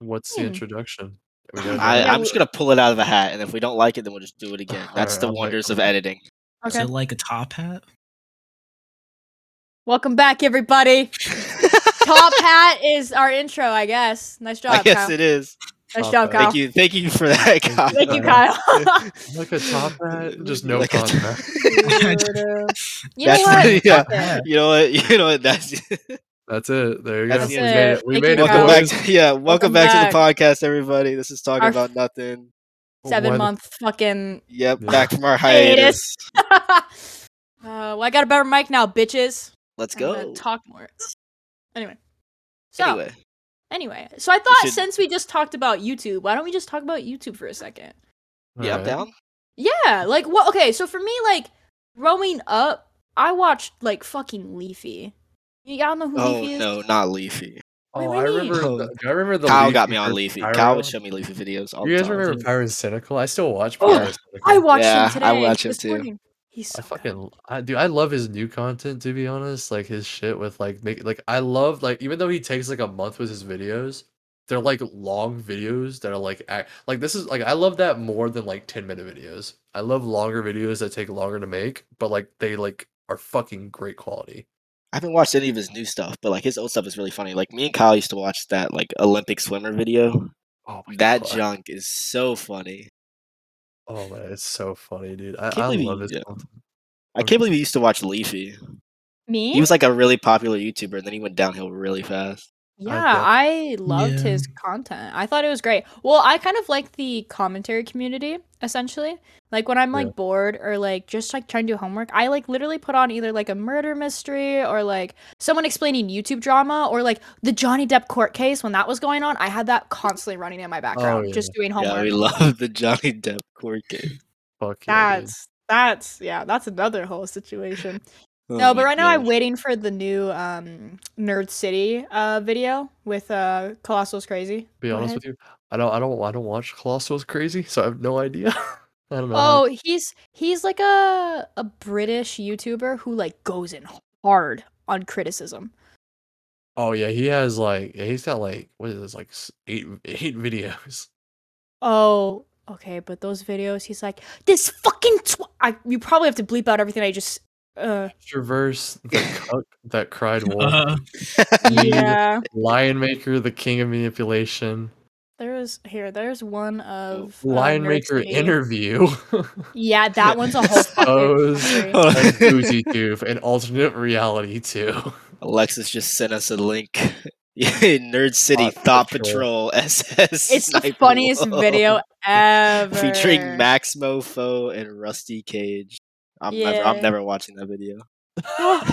What's the Hmm. introduction? We gotta do I, that? Yeah, I'm just we- gonna pull it out of a hat, and if we don't like it, then we'll just do it again. All That's right, the I'll wait wonders for of it. editing. Is Okay. it like a top hat? Welcome back, everybody. Top hat is our intro, I guess. Nice job, I guess Kyle. it is. nice Top hat. job, Kyle. Thank you, thank you for that, Kyle. Thank you, Uh, Kyle. like a top hat, just no Like a top- contact. you know That's what? pretty- yeah. Fuck it. You know what? You know what? That's That's it. There you go. That's we it. made it. We Thank made you, it. Kyle. welcome back. boys. To, yeah, welcome, Welcome back, to the podcast, everybody. This is talking Our f- about nothing. Why Seven the- month fucking. Yep, Yeah. back from our hiatus. Hiatus. uh, well, I got a better mic now, bitches. Let's I'm gonna go. Talk more. Anyway. So anyway. Anyway, so I thought should- since we just talked about YouTube, why don't we just talk about YouTube for a second? yeah, I'm Alright. down. Yeah, like what? Okay, so for me, like growing up, I watched like fucking Leafy. Y- Y'all know who Leafy Oh is? no, not Leafy. Wait, Oh, what I do you mean? remember. The, I remember the. Kyle Leafy got me on versus Leafy. Pyro. Kyle would show me Leafy videos. All You the guys time. remember Pyro and Cynical? I still watch Oh, Pyro. and Cynical. I watched Yeah, him today. I watch him this too. morning. He's so I good. fucking I do. I love his new content. To be honest, like his shit with like make like I love like even though he takes like a month with his videos, they're like long videos that are like act, like this is like I love that more than like ten minute videos. I love longer videos that take longer to make, but like they like are fucking great quality. I haven't watched any of his new stuff, but like his old stuff is really funny. Like me and Kyle used to watch that like Olympic swimmer video. Oh my That God. junk is so funny. Oh man, it's so funny, dude. I, Can't I believe love you his do. content. I can't believe we used to watch Leafy. Me? He was like a really popular YouTuber, and then he went downhill really fast. yeah, I loved Yeah. his content. I thought it was great. Well, I kind of like the commentary community essentially. Like when I'm Yeah. like bored or like just like trying to do homework, I like literally put on either like a murder mystery or like someone explaining YouTube drama or like the Johnny Depp court case when that was going on. I had that constantly running in my background, Oh, yeah. just doing homework. Yeah, we love the Johnny Depp court case. Fuck yeah, dude. that's that's yeah, that's another whole situation. Oh No, my but right now I'm gosh. waiting for the new um Nerd City uh video with uh Colossal's Crazy. Be Go honest ahead. with you, I don't, I don't, I don't watch Colossal's Crazy, so I have no idea. I don't know. Uh-huh. how- Oh, he's he's like a a British YouTuber who like goes in hard on criticism. Oh yeah, he has like yeah, he's got like what is this like s- eight eight videos. Oh, okay, but those videos he's like this fucking tw- I you probably have to bleep out everything I just uh Traverse the cuck that cried wolf, Uh-huh. Uh, Yeah. yeah. Lion Maker the king of manipulation, There was here, there's one of uh, Lion Nerd Maker City. interview, Yeah, that one's a whole fucking Oh, Those- country. Hold and on. Boozy Tube, and alternate reality too. Alexis just sent us a link. Nerd City Thought Thought Patrol. Patrol SS. It's the Sniper funniest Wolf. video ever. featuring Max Mofo and Rusty Cage. I'm never, Yeah. I'm never watching that video.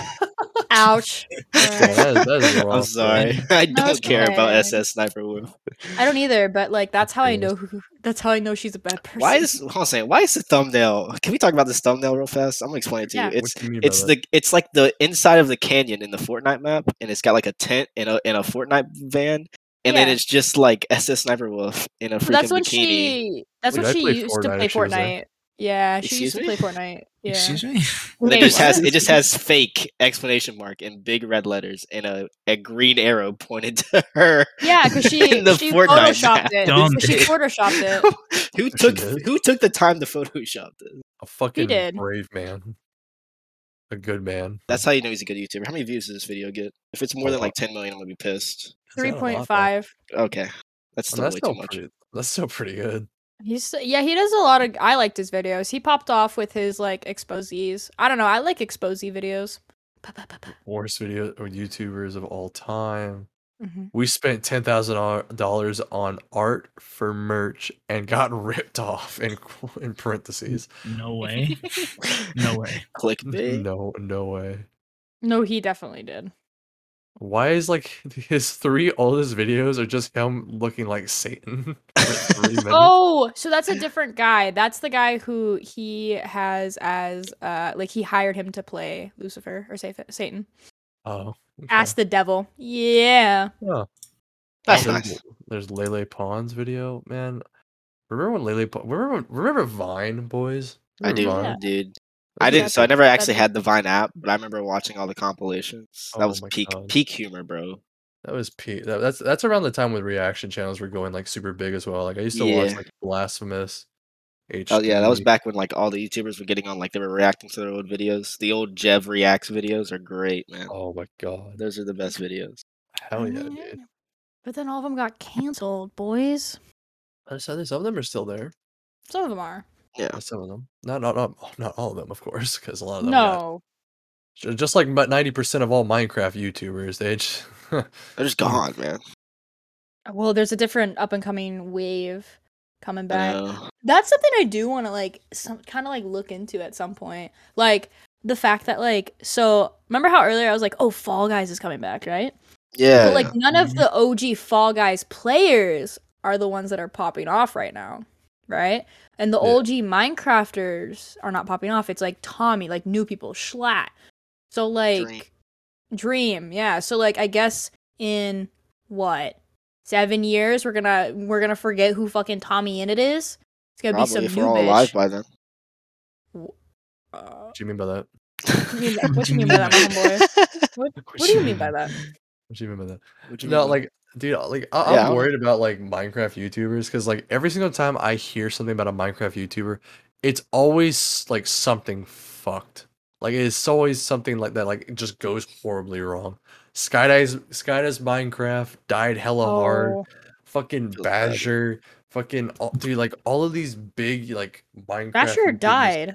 Ouch. Yeah, that is- that is I'm rough, sorry. I No, don't it's care about okay. SS Sniper Wolf. I don't either, but like that's how I Serious. know who that's how I know she's a bad person. Why is hold on a second, why is the thumbnail? Can we talk about this thumbnail real fast? I'm gonna explain it to Yeah. you. It's What do you mean by it's that? the it's like the inside of the canyon in the Fortnite map, and it's got like a tent and a and a Fortnite van, and then Yeah. it's just like SS Sniper Wolf in a freaking Well, that's when bikini. she that's Wait, when I she played used Fortnite to play if she was there. Fortnite. Yeah, she Excuse used to play me? Fortnite. Yeah. Excuse me. And it Wait, just has what? it just has fake exclamation mark in big red letters and a, a green arrow pointed to her. Yeah, because she in the she Fortnite photoshopped map. it. Dumb She bitch. photoshopped it. who she took did. who took the time to Photoshop this? A fucking did. brave man, a good man. That's how you know he's a good YouTuber. How many views does this video get? If it's Uh-huh. more than like 10 million, I'm gonna be pissed. Is that a Three lot, though? point five. Okay, that's I still mean, that's way still too much. pretty. That's still pretty good. He's yeah, he does a lot of I liked his videos. He popped off with his like exposés. I don't know, I like expose videos. Pa, pa, pa, pa. worst video or YouTubers of all time. Mhm. We spent ten thousand dollars on art for merch and got ripped off. In qu- in parentheses, No way. No way. Clickbait. no, no way. No, he definitely did. Why is like his three oldest videos are just him looking like Satan? for three minutes? Oh, so that's a different guy. That's the guy who he has as uh like he hired him to play Lucifer or Sa- Satan. oh, okay. Ask the devil. Yeah. Oh, That's there's, nice. There's Lele Pons video, man. Remember when Lele? Pa- remember when- remember Vine boys? I do, Remember Vine? Yeah. dude. Those I are didn't. So I That's- never actually that's- had the Vine app, but I remember watching all the compilations. That Oh was my peak God. peak humor, bro. That was P. That, that's that's around the time when reaction channels were going like super big as well. Like I used to watch Yeah. like blasphemous. HD. Oh yeah, that was back when like all the YouTubers were getting on, like they were reacting to their old videos. The old Jev reacts videos are great, man. Oh my god! Those are the best videos. Hell yeah, dude. But then all of them got canceled, boys. I said that some of them are still there. Some of them are. Yeah, Some of them, not not not, not all of them, of course, because a lot of them. got- No. Ju- just like ninety percent of all Minecraft YouTubers, they just they're just gone, man. Well, there's a different up and coming wave coming I back. know. That's something I do want to like some kind of like look into at some point. Like the fact that like so remember how earlier I was like, "Oh, Fall Guys is coming back," right? Yeah, But like none of Mhm. the OG Fall Guys players are the ones that are popping off right now, right? And the Yeah. OG Minecrafters are not popping off. It's like Tommy, like new people, Schlatt. So like Dream. Dream, yeah. So like I guess in what seven years we're gonna we're gonna forget who fucking Tommy in it is. It's gonna probably be if some new we're all bitch. alive by then. Uh, what do you mean by that? what do you mean- what do you mean by that, my homeboy? What, what do you mean by that? What do you mean by that? What do you No, mean? like, dude, uh, like I- Yeah. I'm worried about like Minecraft YouTubers because like every single time I hear something about a Minecraft YouTuber, it's always like something fucked. Like it's always something like that. Like it just goes horribly wrong. Skydive's Skydive's Minecraft died hella hard. Oh, Fucking Feels bad. Basher. Fucking all, dude, like all of these big like Minecraft. Basher YouTubers- died.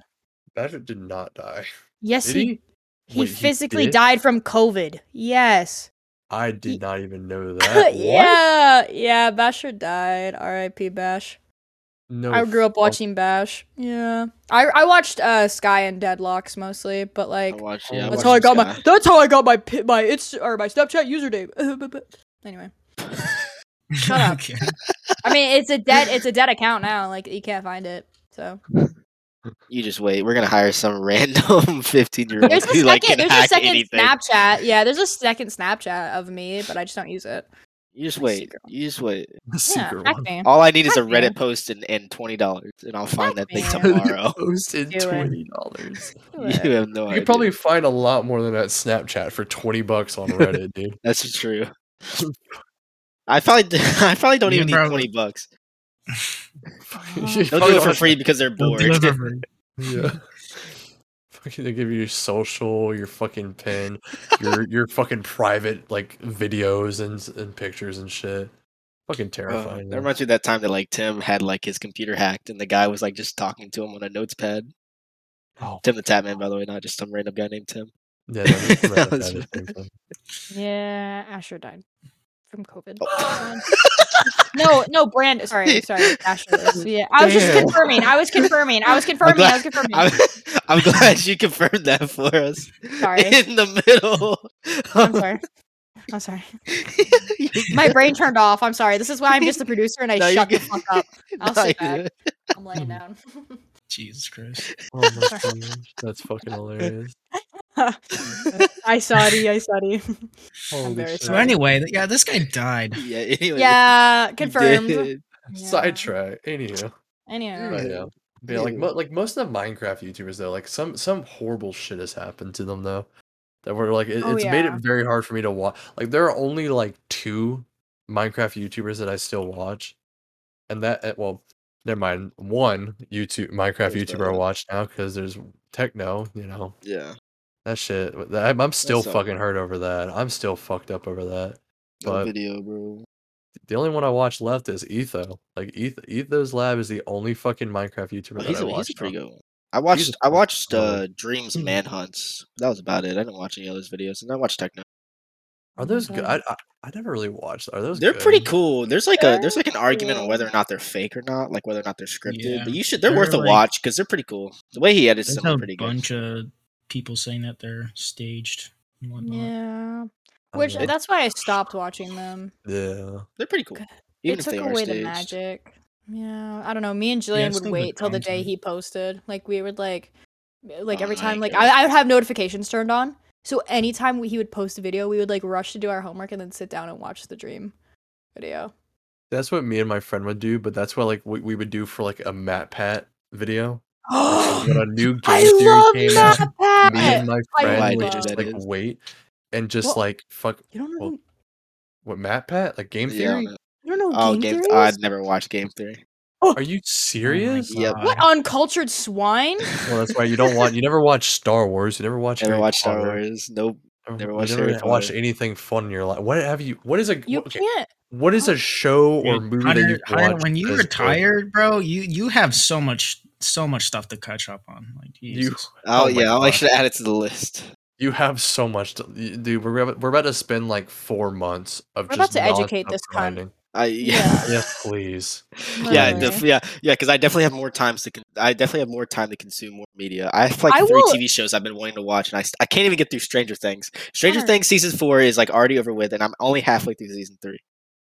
Basher did not die. Yes, Did he he? He Wait, physically did? died from COVID. Yes. I He- did not even know that. What? yeah. Yeah. Basher died. R.I.P. Bash. No. I grew up fuck- watching Bash. Yeah. I I watched uh, Sky and Deadlocks mostly, but like I watched, oh, yeah, I that's watched how I got my Sky. that's how I got my pi- my it's or my Snapchat username. anyway, Shut up. Okay. I mean it's a dead it's a dead account now. Like you can't find it. So You just wait. We're gonna hire some random fifteen-year-old there's a who second like can there's a hack second anything. Snapchat. Yeah, there's a second Snapchat of me, but I just don't use it. You just I see, wait. girl. You just wait. Yeah, Secret hack one. me. All I need is a Fuck yeah. Reddit post and, and twenty dollars, and I'll find Fuck that thing yeah. tomorrow. posted Do it. twenty dollars. Do you it. have no You idea. could probably find a lot more than that Snapchat for twenty bucks on Reddit, dude. That's true. I probably, I probably don't You even need probably- twenty bucks. You probably They'll do it for don't- free because they're They'll bored. deliver for you. Yeah. Fucking they give you your social, your fucking pin, your your fucking private like videos and s- and pictures and shit. Fucking Uh, terrifying. that though. reminds me of that time that like Tim had like his computer hacked and the guy was like just talking to him on a notepad. oh, Tim the Tatman, by the way, not just some random guy named Tim. yeah, that, that that was- is painful. Yeah, Asher died from COVID. Um, Oh. no, no, Brand. Sorry, sorry, Asher. is- Yeah, I was just Damn. confirming. I was confirming. I was confirming. I was confirming. I'm, I'm glad you confirmed that for us. Sorry. In the middle. I'm sorry. I'm sorry. My brain turned off. I'm sorry. This is why I'm just the producer and I No, you're shut the good. fuck up. I'll No, sit you're back. I'm laying down. Jesus Christ. Oh my gosh, that's fucking hilarious. good. I saw it. I saw it. Holy very shit. So Sorry. anyway, th- yeah, this guy died. yeah, anyway. Yeah, you confirmed. did. Yeah. Sidetrack. Anywho. Anyhow. Right. Yeah. But yeah, like Yeah. mo- like most of the Minecraft YouTubers though, like some some horrible shit has happened to them though, that were like it, Oh, it's made it yeah. very hard for me to watch. Like there are only like two Minecraft YouTubers that I still watch, and that eh, well, never mind. One YouTube Minecraft There's YouTuber I that. watch now because there's Techno. You know Yeah. that shit. w- that- I'm, I'm still sucks. fucking hurt over that. I'm still fucked up over that. No But- video, bro. The only one I watch left is Etho. Like Eth- Etho's Lab is the only fucking Minecraft YouTuber Oh, that he's, I a, he's watch. a now. pretty good one. I watched I pretty watched solid. uh, Dreams Mm-hmm. Manhunts. That was about it. I didn't watch any of those videos, and I watched Techno. Are Oh my those good? I, God. I, I never really watched. Are those? They're pretty good? cool. There's like a there's like an They're argument on cool. whether or not they're fake or not, like whether or not they're scripted. Yeah. But you should they're, They're worth a like- watch because they're pretty cool. The way he edits There's them are a pretty good. bunch of people saying that they're staged and whatnot. Oh Yeah. I Which don't know. that's why I stopped watching them. yeah. They're pretty cool. It it Even if they took are away staged. the magic. Yeah, I don't know. Me and Jillian it's would still good wait till the day content. he posted. Like we would like, m- like Oh, every no, I time, like get it. I, I would have notifications turned on. So anytime we, he would post a video, we would like rush to do our homework and then sit down and watch the dream video. That's what me and my friend would do, but that's what like we, we would do for like a Matt Pat video. I When a new game theory love came Matt out, me Pat. and my I friend would love- just like That is- wait and just Well- like fuck. You don't know. Well, who- What Matt Pat? Like game Yeah, I theory? don't know. You don't know oh, game, game. theories? I'd never watched Game Theory. Are you serious? Yep. what uncultured swine? well, that's why you don't watch. You never watch Star Wars. You never watch. Never Harry watched Star Potter, Wars. Nope. Never, never you watched never Harry watched Potter. anything fun in your life. What have you? What is a? You what- okay, can't. What is a show or Dude, movie Hunter- that you Hunter, watch? when you that's good? retired, bro, you you have so much so much stuff to catch up on. Like You- Jesus. Oh, Oh my yeah, I'll make God. sure to add it to the list. You have so much, to, y- dude. We're about, we're about to spend like four months of We're about just to educate nonstop this cunt. grinding. I yeah. Yes, please. Yeah, Literally. def- yeah, yeah. Because I definitely have more times to. Con- I definitely have more time to consume more media. I have like I three will- TV shows I've been wanting to watch, and I, st- I can't even get through Stranger Things. Stranger Hunter. Things season four is like already over with, and I'm only halfway through season three,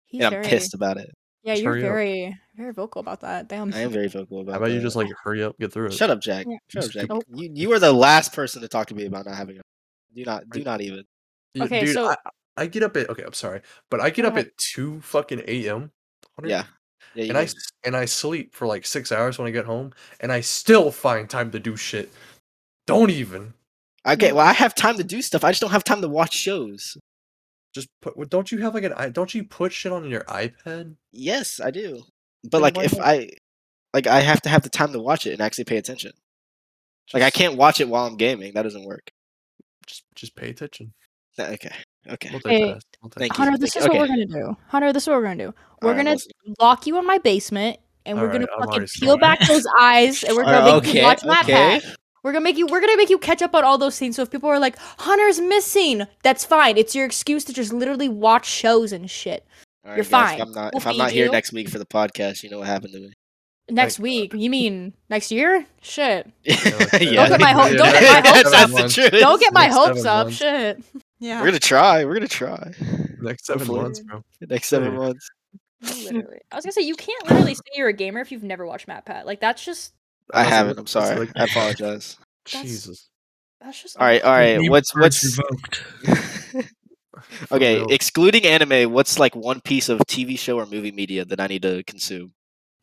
He's and I'm very, pissed about it. Yeah, Just you're hurry up. very, very vocal about that. Damn. I am very vocal about. How about you that. just like hurry up, get through it? shut up, Jack? Yeah. Shut up, Jack. Nope. You you are the last person to talk to me about not having. A- do not do Right. not even. You- Okay, dude, so- I, I get up at okay. I'm sorry, but I get Go up ahead. at two fucking a.m. Hunter, Yeah. Yeah, you and I do. s- and I sleep for like six hours when I get home, and I still find time to do shit. Don't even okay. Well, I have time to do stuff. I just don't have time to watch shows. just put. well, Don't you have like an? i- Don't you put shit on your iPad? Yes, I do. Then But like, why if not? I like, I have to have the time to watch it and actually pay attention. Like, I Just- can't watch it while I'm gaming. That doesn't work. Just just pay attention. That- Okay. Okay. Hey, Multitask, thank multitask. Hunter, this Like, is what we're okay. gonna do. Hunter, this is what we're gonna do. We're Alright, gonna listen. lock you in my basement, and we're Alright, gonna I'm fucking already peel scared. back those eyes, and we're gonna Alright, make you watch Matt Pat. We're gonna make you. We're gonna make you catch up on all those scenes. So if people are like, "Hunter's missing," that's fine. It's your excuse to just literally watch shows and shit. Alright, You're guys, fine. If I'm not, We'll if I'm feed not here you. next week for the podcast, you know what happened to me. Next God. week, you mean next year? Shit. Yeah. Don't get my ho- Yeah, don't get my that's- hopes that's up. the That's the truth. Don't get my Next seven hopes up. months. Shit. Yeah. We're gonna try. We're gonna try. Next seven Hopefully. months, bro. The Next seven Yeah. months. Literally. I was gonna say you can't literally say you're a gamer if you've never watched Matt Pat. Like that's just I That's a haven't. little- I'm that's a sorry. little- I apologize. That's- Jesus. that's just All right. All right. Name What's birds what's revoked. For okay? real. Excluding anime, what's like one piece of TV show or movie media that I need to consume?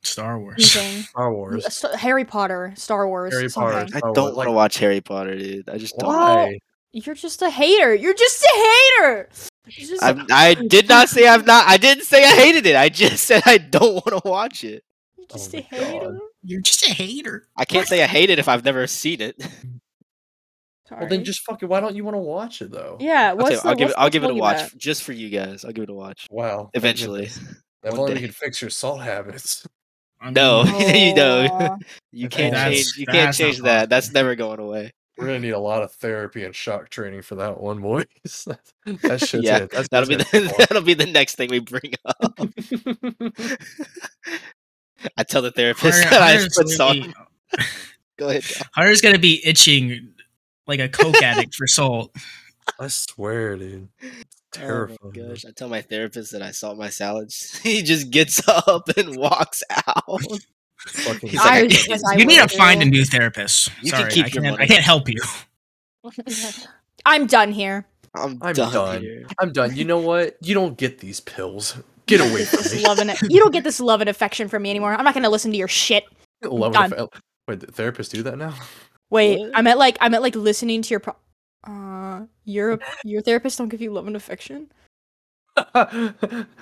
Star Wars. amazing. Star Wars. So- Harry Potter, Star Wars, Harry something. Potter. I Oh, don't want like- to watch Harry Potter, dude. I just don't. Why? You're just a hater. You're just a hater. You're just- I'm, I did not say I'm not. I didn't say I hated it. I just said I don't want to watch it. you're just Oh a my hater. God. You're just a hater. I can't say I hate it if I've never seen it. Sorry. Well, then just fucking. Why don't you want to watch it though? yeah. I'll, tell What's you, the, I'll give it. what's the I'll give it a value watch bet? f- just for you guys. I'll give it a watch Wow. thank eventually. goodness. If One only day. you could fix your salt habits. I mean, No, you Aw. know, you Okay, can't that's- change. You can't that's not change that. That's possible. never going away. We're gonna need a lot of therapy and shock training for that one, boys. that that shit's Yeah, it. That's That'll be what's the, that'll be the next thing we bring up. it. I tell the therapist Hunter- that I Hunter's put salt. gonna Go ahead. be- Hunter's gonna be itching like a coke addict for salt. I swear, dude. It's terrifying. Oh my dude. gosh! I tell my therapist that I salt my salads. he just gets up and walks out. Fucking He's like, I I can't was- do this. I you need to will. find a new therapist. You can Sorry, keep I, your can't, money. I can't help you. I'm done here. I'm, I'm done. done. here. I'm done. You know what? You don't get these pills. Get away This from me. love and you don't get this love and affection from me anymore. I'm not gonna listen to your shit. Love done. and affe- Wait, th- therapists do that now? Wait, What? I meant like I meant like listening to your pro- uh your your therapist don't give you love and affection. no.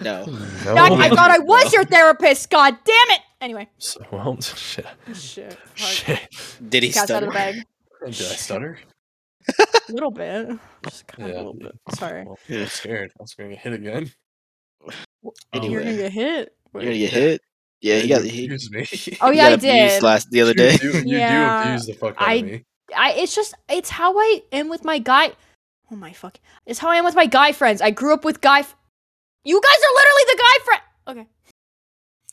No. Doc, Oh I my thought I was God. your therapist. God damn it. Anyway, So, well, shit. shit, fuck. Shit. Did he Cat's out stutter? of the bag. Did I stutter? A little bit, just kind of a Yeah. little bit. Sorry, Well, Yeah. I'm scared. I was going to get hit again. you're gonna Anyway. get hit. You're Oh, gonna get hit. Yeah, he got. He, Excuse me. Oh he yeah, I got abused did. last the other day. You, do- you Yeah, do abuse the fuck out I- of me. I it's just it's how I am with my guy. Oh my fuck! It's how I am with my guy friends. I grew up with guy. F- you guys are literally the guy friend. Okay,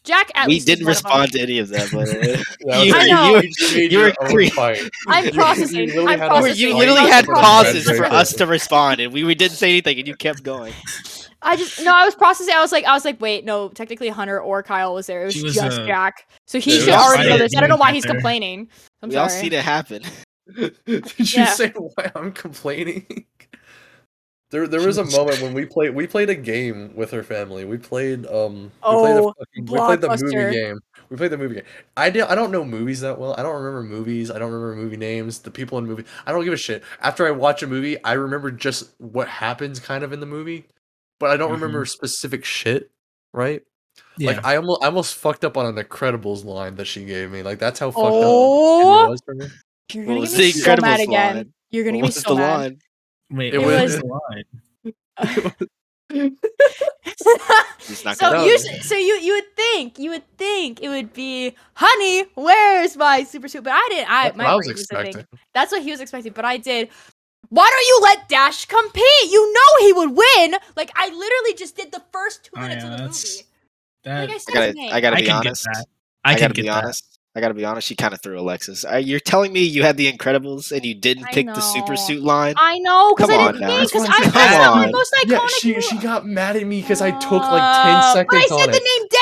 Jack. At we least is didn't one of 'em. respond to any of that. uh, By the way. Yeah, You- was I like, know. you just made you your were own cre- fight. I'm You- you processing, literally I'm had a fight processing. Wait, you Processing. literally had for the pauses red for circle. us to respond, and we, we didn't say anything, and you kept going. I just no. I was processing. I was like, I was like, wait, no. Technically, Hunter or Kyle was there. It was, She was, just uh, Jack. So Yeah, he it should was already Jack. know this. I He don't know was why not he's there. complaining. I'm we sorry. all seen it happen. Did you Yeah. say why I'm complaining? There, there She was a was- moment when we played we played a game with her family. We played um Oh, we played, the fucking- we played the Blockbuster. movie game. We played the movie game. I did, I don't know movies that well. I don't remember movies. I don't remember movie names. The people in movie. I don't give a shit. After I watch a movie, I remember just what happens kind of in the movie. but I don't remember specific shit, right? Yeah. Like I almost I almost fucked up on an Incredibles line that she gave me. Like that's how fucked up Oh. it was for me. You're What gonna was get me the so mad Incredibles again. line? You're gonna get me What was the so mad. line? Wait, It what was- the line? He's not so gonna- you s- so you you would think you would think it would be honey where's my super suit but I didn't I That's my what I was brain wasn't thinking. expecting. that's what he was expecting but I did why don't you let Dash compete you know he would win like I literally just did the first two Oh, minutes yeah, of the that's- movie That, like I I said his gotta, name. I gotta I be can honest. get that. I, I, can gotta get be that. honest. I gotta be honest. She kind of threw Alexis. Uh, you're telling me you had the Incredibles and you didn't I pick the know. super suit line? I know because Come I on didn't now. think because That's what I I'm that's saying. not my Come most iconic Yeah, she she movie. got mad at me because I took like ten Uh, seconds but I on said it. the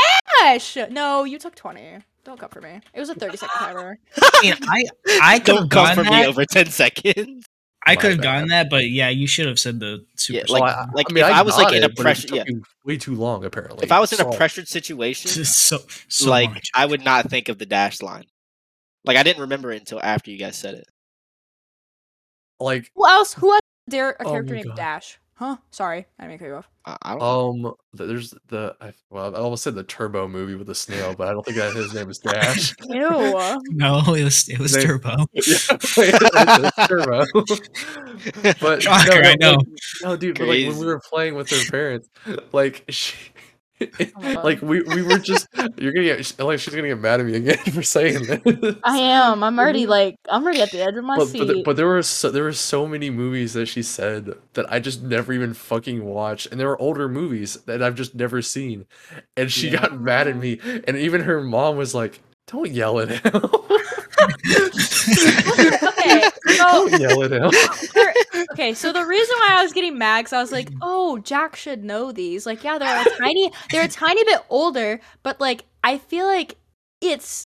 name Dash no you took twenty don't come for me it was a thirty second timer I mean, I, I could don't have come for gotten me that. over ten seconds. I My could have bad. gotten that, but yeah, you should have said the super. Yeah, suit. So like- I, like, I mean, if I was, like, got in it, a but it pressure- took yeah. you way too long apparently. if I was in a So- pressured situation, so, so like much. I would not think of the dash line. Like I didn't remember it until after you guys said it. like Who else? Who else? There a Oh character my named God. Dash. Huh? Sorry, I didn't mean to cut you off. I, I don't. um, th- there's the I, well, I almost said the Turbo movie with the snail, but I don't think that his name is Dash. Ew. no, it was it was They- Turbo. Yeah, it's Turbo. But no, Shocker, no, I know. like- no, dude, but, like when Crazy. we were playing with her parents, like she. Oh my God. like we, we were just you're gonna get like she's gonna get mad at me again for saying this. I am. I'm already like I'm already at the edge of my Mm-hmm. but, seat. but, the- but there were so there were so many movies that she said that I just never even fucking watched, and there were older movies that I've just never seen, and she Yeah. got mad at me, and even her mom was like, "Don't yell at him! okay. So Don't yell at him!" there- okay. So the reason why I was getting mad, 'cause I was like, oh, Jack should know these. Like, yeah, they're a tiny, they're a tiny bit older, but like I feel like it's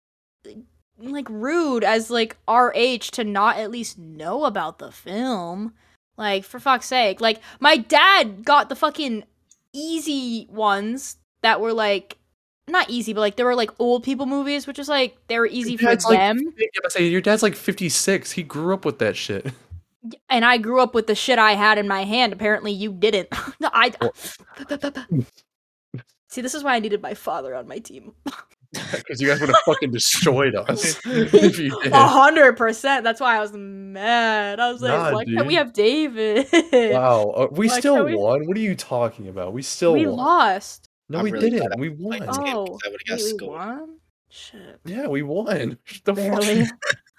like rude as like our age to not at least know about the film. Like for fuck's sake. Like my dad got the fucking easy ones that were like not easy, but like there were like old people movies, which is like they were easy for That's, like, them. Yeah, but say, your dad's like 56. He grew up with that shit. And I grew up with the shit I had in my hand. Apparently you didn't. no, I See, this is why I needed my father on my team. Because you guys would have fucking destroyed us if you did. A hundred percent. That's why I was mad. I was like, Nah, why can't we dude. have David? Wow, uh, we Like, still how we- won. What are you talking about? We still we won. lost. No, I'm we really glad didn't. I We played won. this game 'cause Oh, I would have Wait, got we schooled. won? Shut. Yeah, we won. The fuck? Barely.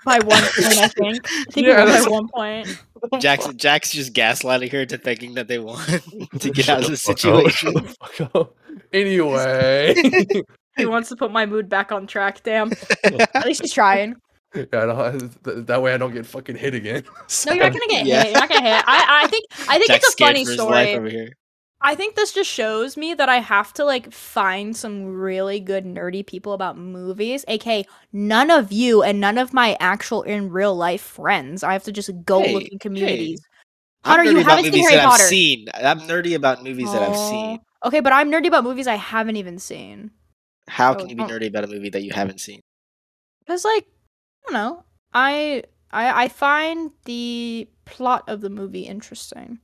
by one point, I think. I think Yeah, we won that's- by one point. Jackson, Jack's just gaslighting her into thinking that they won to get Shut out the of the fuck up, situation. shut the fuck up. Anyway, He wants to put my mood back on track. Damn. At least he's trying. Yeah, I don't- th- that way I don't get fucking hit again. No, you're not gonna get Yeah. hit. You're not gonna hit. I, I think. I think Jack's it's a scared funny for his life story. over here. I think this just shows me that I have to like find some really good nerdy people about movies, aka none of you and none of my actual in real life friends. I have to just go Hey, look in communities. I'm Hunter, nerdy you about haven't seen movies Harry that Potter. I've seen. I'm nerdy about movies that I've seen. Aw. Okay, but I'm nerdy about movies I haven't even seen. How Oh, can you be oh. nerdy about a movie that you haven't seen? Cause like, I don't know. I I I find the plot of the movie interesting.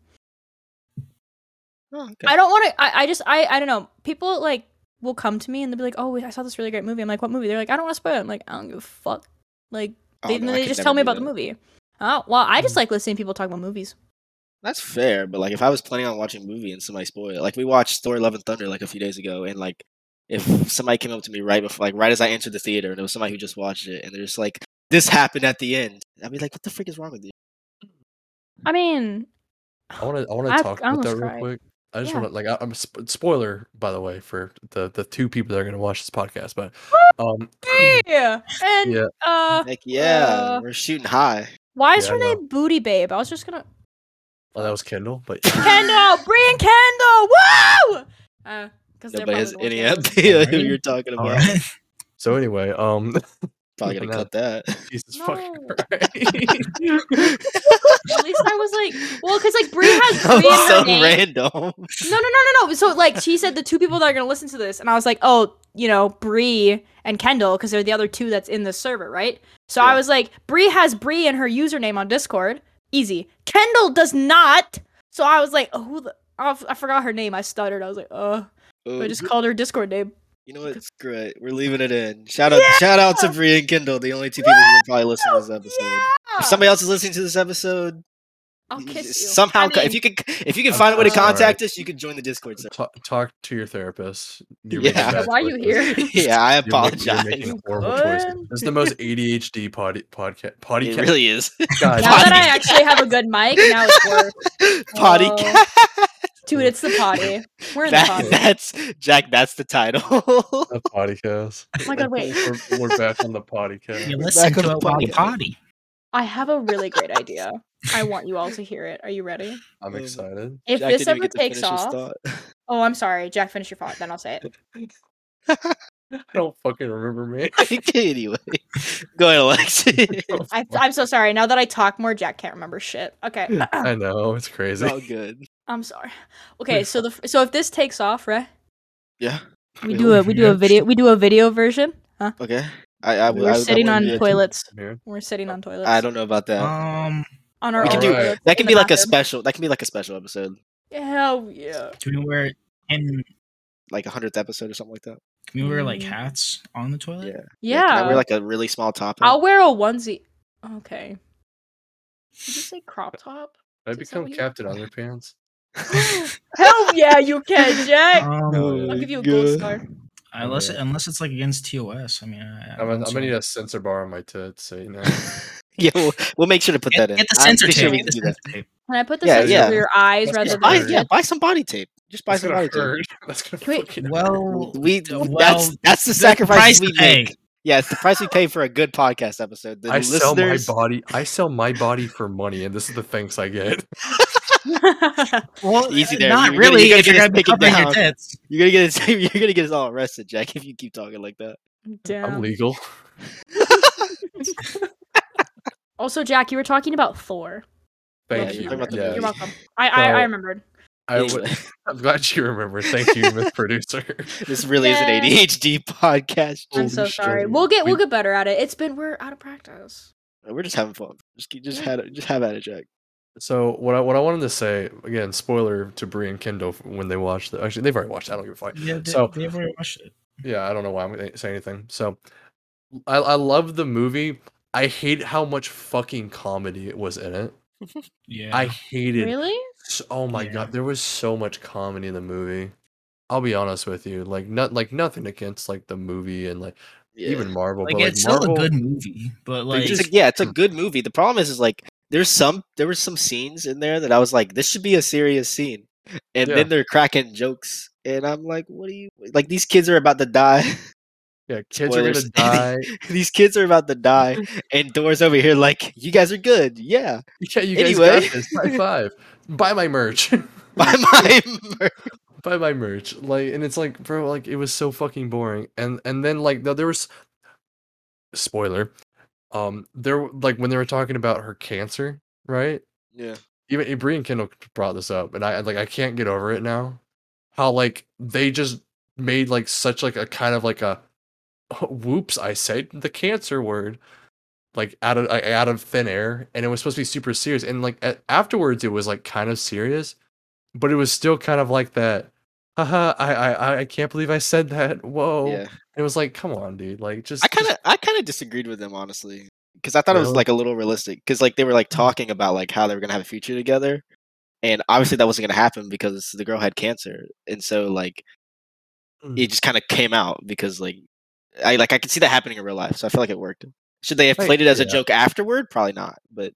Oh, okay. I don't want to. I, I just I I don't know. People like will come to me and they'll be like, "Oh, wait, I saw this really great movie." I'm like, "What movie?" They're like, "I don't want to spoil." it." I'm like, "I don't give a fuck." Like Oh, they, no, I they could just never tell me do about the that. movie. Oh well, I just Mm. like listening to people talk about movies. That's fair, but like if I was planning on watching a movie and somebody spoiled it, like we watched Thor: Love and Thunder like a few days ago, and like if somebody came up to me right before, like right as I entered the theater, and it was somebody who just watched it, and they're just like, "This happened at the end," I'd be like, "What the freak is wrong with you?" I mean, I want to. I want I've- to talk I about almost that real cried. quick. I just Yeah. want to like. I, I'm sp- spoiler by the way for the the two people that are gonna watch this podcast, but um, yeah, and Yeah. uh, Like, yeah, Uh, we're shooting high. why is Yeah, her I know. name Booty Babe? I was just gonna oh, that was Kendall, but Kendall, Brian Kendall, woo! Uh, because Nobody has any they're probably idea who Alright. you're talking about. Alright. so anyway, um, Probably gonna No. cut that. Jesus No. fucking Christ. the ones- At least I was like, well, because like Brie has That Brie in was her so name. random. No, no, no, no, no. So like she said, the two people that are gonna listen to this, and I was like, oh, you know, Bree and Kendall, because they're the other two that's in the server, right? So I Yeah. was like, Bree has Bree in her username on Discord. Easy. Kendall does not. So I was like, oh, who the oh, f- I forgot her name. I stuttered. I was like, uh. Oh, I just called her Discord name. you know what? Screw it. We're leaving it in. Shout out, shout out to Bree and Kindle, the only two people who will probably listen to this episode. Yeah! If somebody else is listening to this episode, I'll kiss you. somehow, I co- mean, if you can, if you can I'm find a way to so sorry. contact us, you can join the Discord server. Ta- talk to your therapist. You're Yeah. making bad Why are you choices. here? yeah, I You're making- apologize. You're making horrible What? choices. This is the most ADHD pod- podcast. It Podcast. really is. God, Now that I Podcast. actually have a good mic, now it's worse. Potty Oh. cat. Dude, it's the potty. We're in That- the potty. that's Jack. That's the title. a podcast. Oh my god, wait. We're, we're back on the podcast. You listen Back on to it while you podcast. potty. I have a really great idea. I want you all to hear it. Are you ready? I'm excited. If Jack this didn't even ever get to finish takes his off. thought. Oh, I'm sorry. Jack, finish your thought, then I'll say it. I don't fucking remember me. anyway, go ahead, Alexi. I, I'm so sorry. Now that I talk more, Jack can't remember shit. Okay. I know it's crazy. it's all good. I'm sorry. Okay, so the f- so if this takes off, right? Yeah. We do a we do a Yeah. video we do a video version. Huh? Okay. I, I, We're We're sitting on wouldn't be a- toilets. Here. We're sitting on toilets. I don't know about that. Um, on our We can own do- toilets that in can the be like a bathroom. special. That can be like a special episode, Hell yeah. can we wear can, like a hundredth episode or something like that. can we wear like Mm. hats on the toilet? Yeah. Yeah. Can I wear like a really small top? hat? I'll wear a onesie. Okay. Did you say crop top? Did I Is that become what you- Captain Underpants? Hell yeah, you can, Jack. Um, I'll give you a gold good. star. unless Yeah. unless it's like against TOS. I mean, I, I I'm, don't gonna- I'm see- gonna need a sensor bar on my tits, so you know. yeah, we'll, we'll make sure to put Get, that in. get the I'm sensor pretty tape. sure we get the can do that. sensor tape. Can I put this Yeah, over yeah. your eyes Let's rather just than Buy, Sure. yeah, buy some body tape. Just buy That's some gonna body hurt. That's gonna Can we- fucking hurt. Well, tape. We Well, that's that's the sacrifice price we to pay. make. Yeah, it's the price we pay for a good podcast episode. The I sell my listeners- body. I sell my body for money, and this is the thanks I get. well, Easy uh, there. You're Not gonna- you're really. gonna if just you're gonna be pick it covering your down. tits. You're gonna get us, you're gonna get us all arrested, Jack, if you keep talking like that. I'm Damn. legal. Also, Jack, you were talking about Thor. Thank you. you're talking about the Yeah. movie. You're welcome. I I, I So- remembered. I w- Anyway, I'm glad you remember. Thank you, Miss Producer. this really is an Yay. ADHD podcast. I'm Holy so sorry. shit. We'll get we'll We- get better at it. It's been we're out of practice. We're just having fun. Just keep, just had just have at it, Jack. So what I what I wanted to say again, spoiler to Bree and Kendall f- when they watch the actually they've already watched. it, I don't give a fuck. Yeah, they, So- they ever watched it? Yeah, I don't know why I'm gonna say anything. So I I love the movie. I hate how much fucking comedy was in it. Yeah. I hated. Really? s- Oh my Yeah. god, there was so much comedy in the movie. I'll be honest with you, like not like nothing against like the movie and like Yeah. even Hmm. Marvel, like but like it's Marvel, still a good movie, but like it's a, yeah, it's a good movie. The problem is, is like there's some there were some scenes in there that I was like, this should be a serious scene, and Yeah. then they're cracking jokes, and I'm like, what are you like? These kids are about to die. yeah, kids Spoilers. are gonna die. these kids are about to die, and Dora's over here like, you guys are good, yeah. Yeah, you guys Anyway. got this. High five. Buy my merch. By my mer- buy my merch like and it's like bro like it was so fucking boring and and then like th- there was spoiler um there w- like when they were talking about her cancer right yeah, even eh, Bree and Kendall brought this up and I like I can't get over it now how like they just made like such like a kind of like a whoops I said the cancer word like out of like, out of thin air and it was supposed to be super serious and like a- afterwards it was like kind of serious but it was still kind of like that haha I I I- I can't believe I said that whoa yeah. it was like come on dude like just I just- kind of I kind of disagreed with them honestly because I thought it was Really? Mm-hmm. like a little realistic because like they were like talking about like how they were gonna have a future together, and obviously that wasn't gonna happen because the girl had cancer, and so like Mm. it just kind of came out because like I like I could see that happening in real life, so I feel like it worked. Should they have Right, played it as a yeah. joke afterward? Probably not, but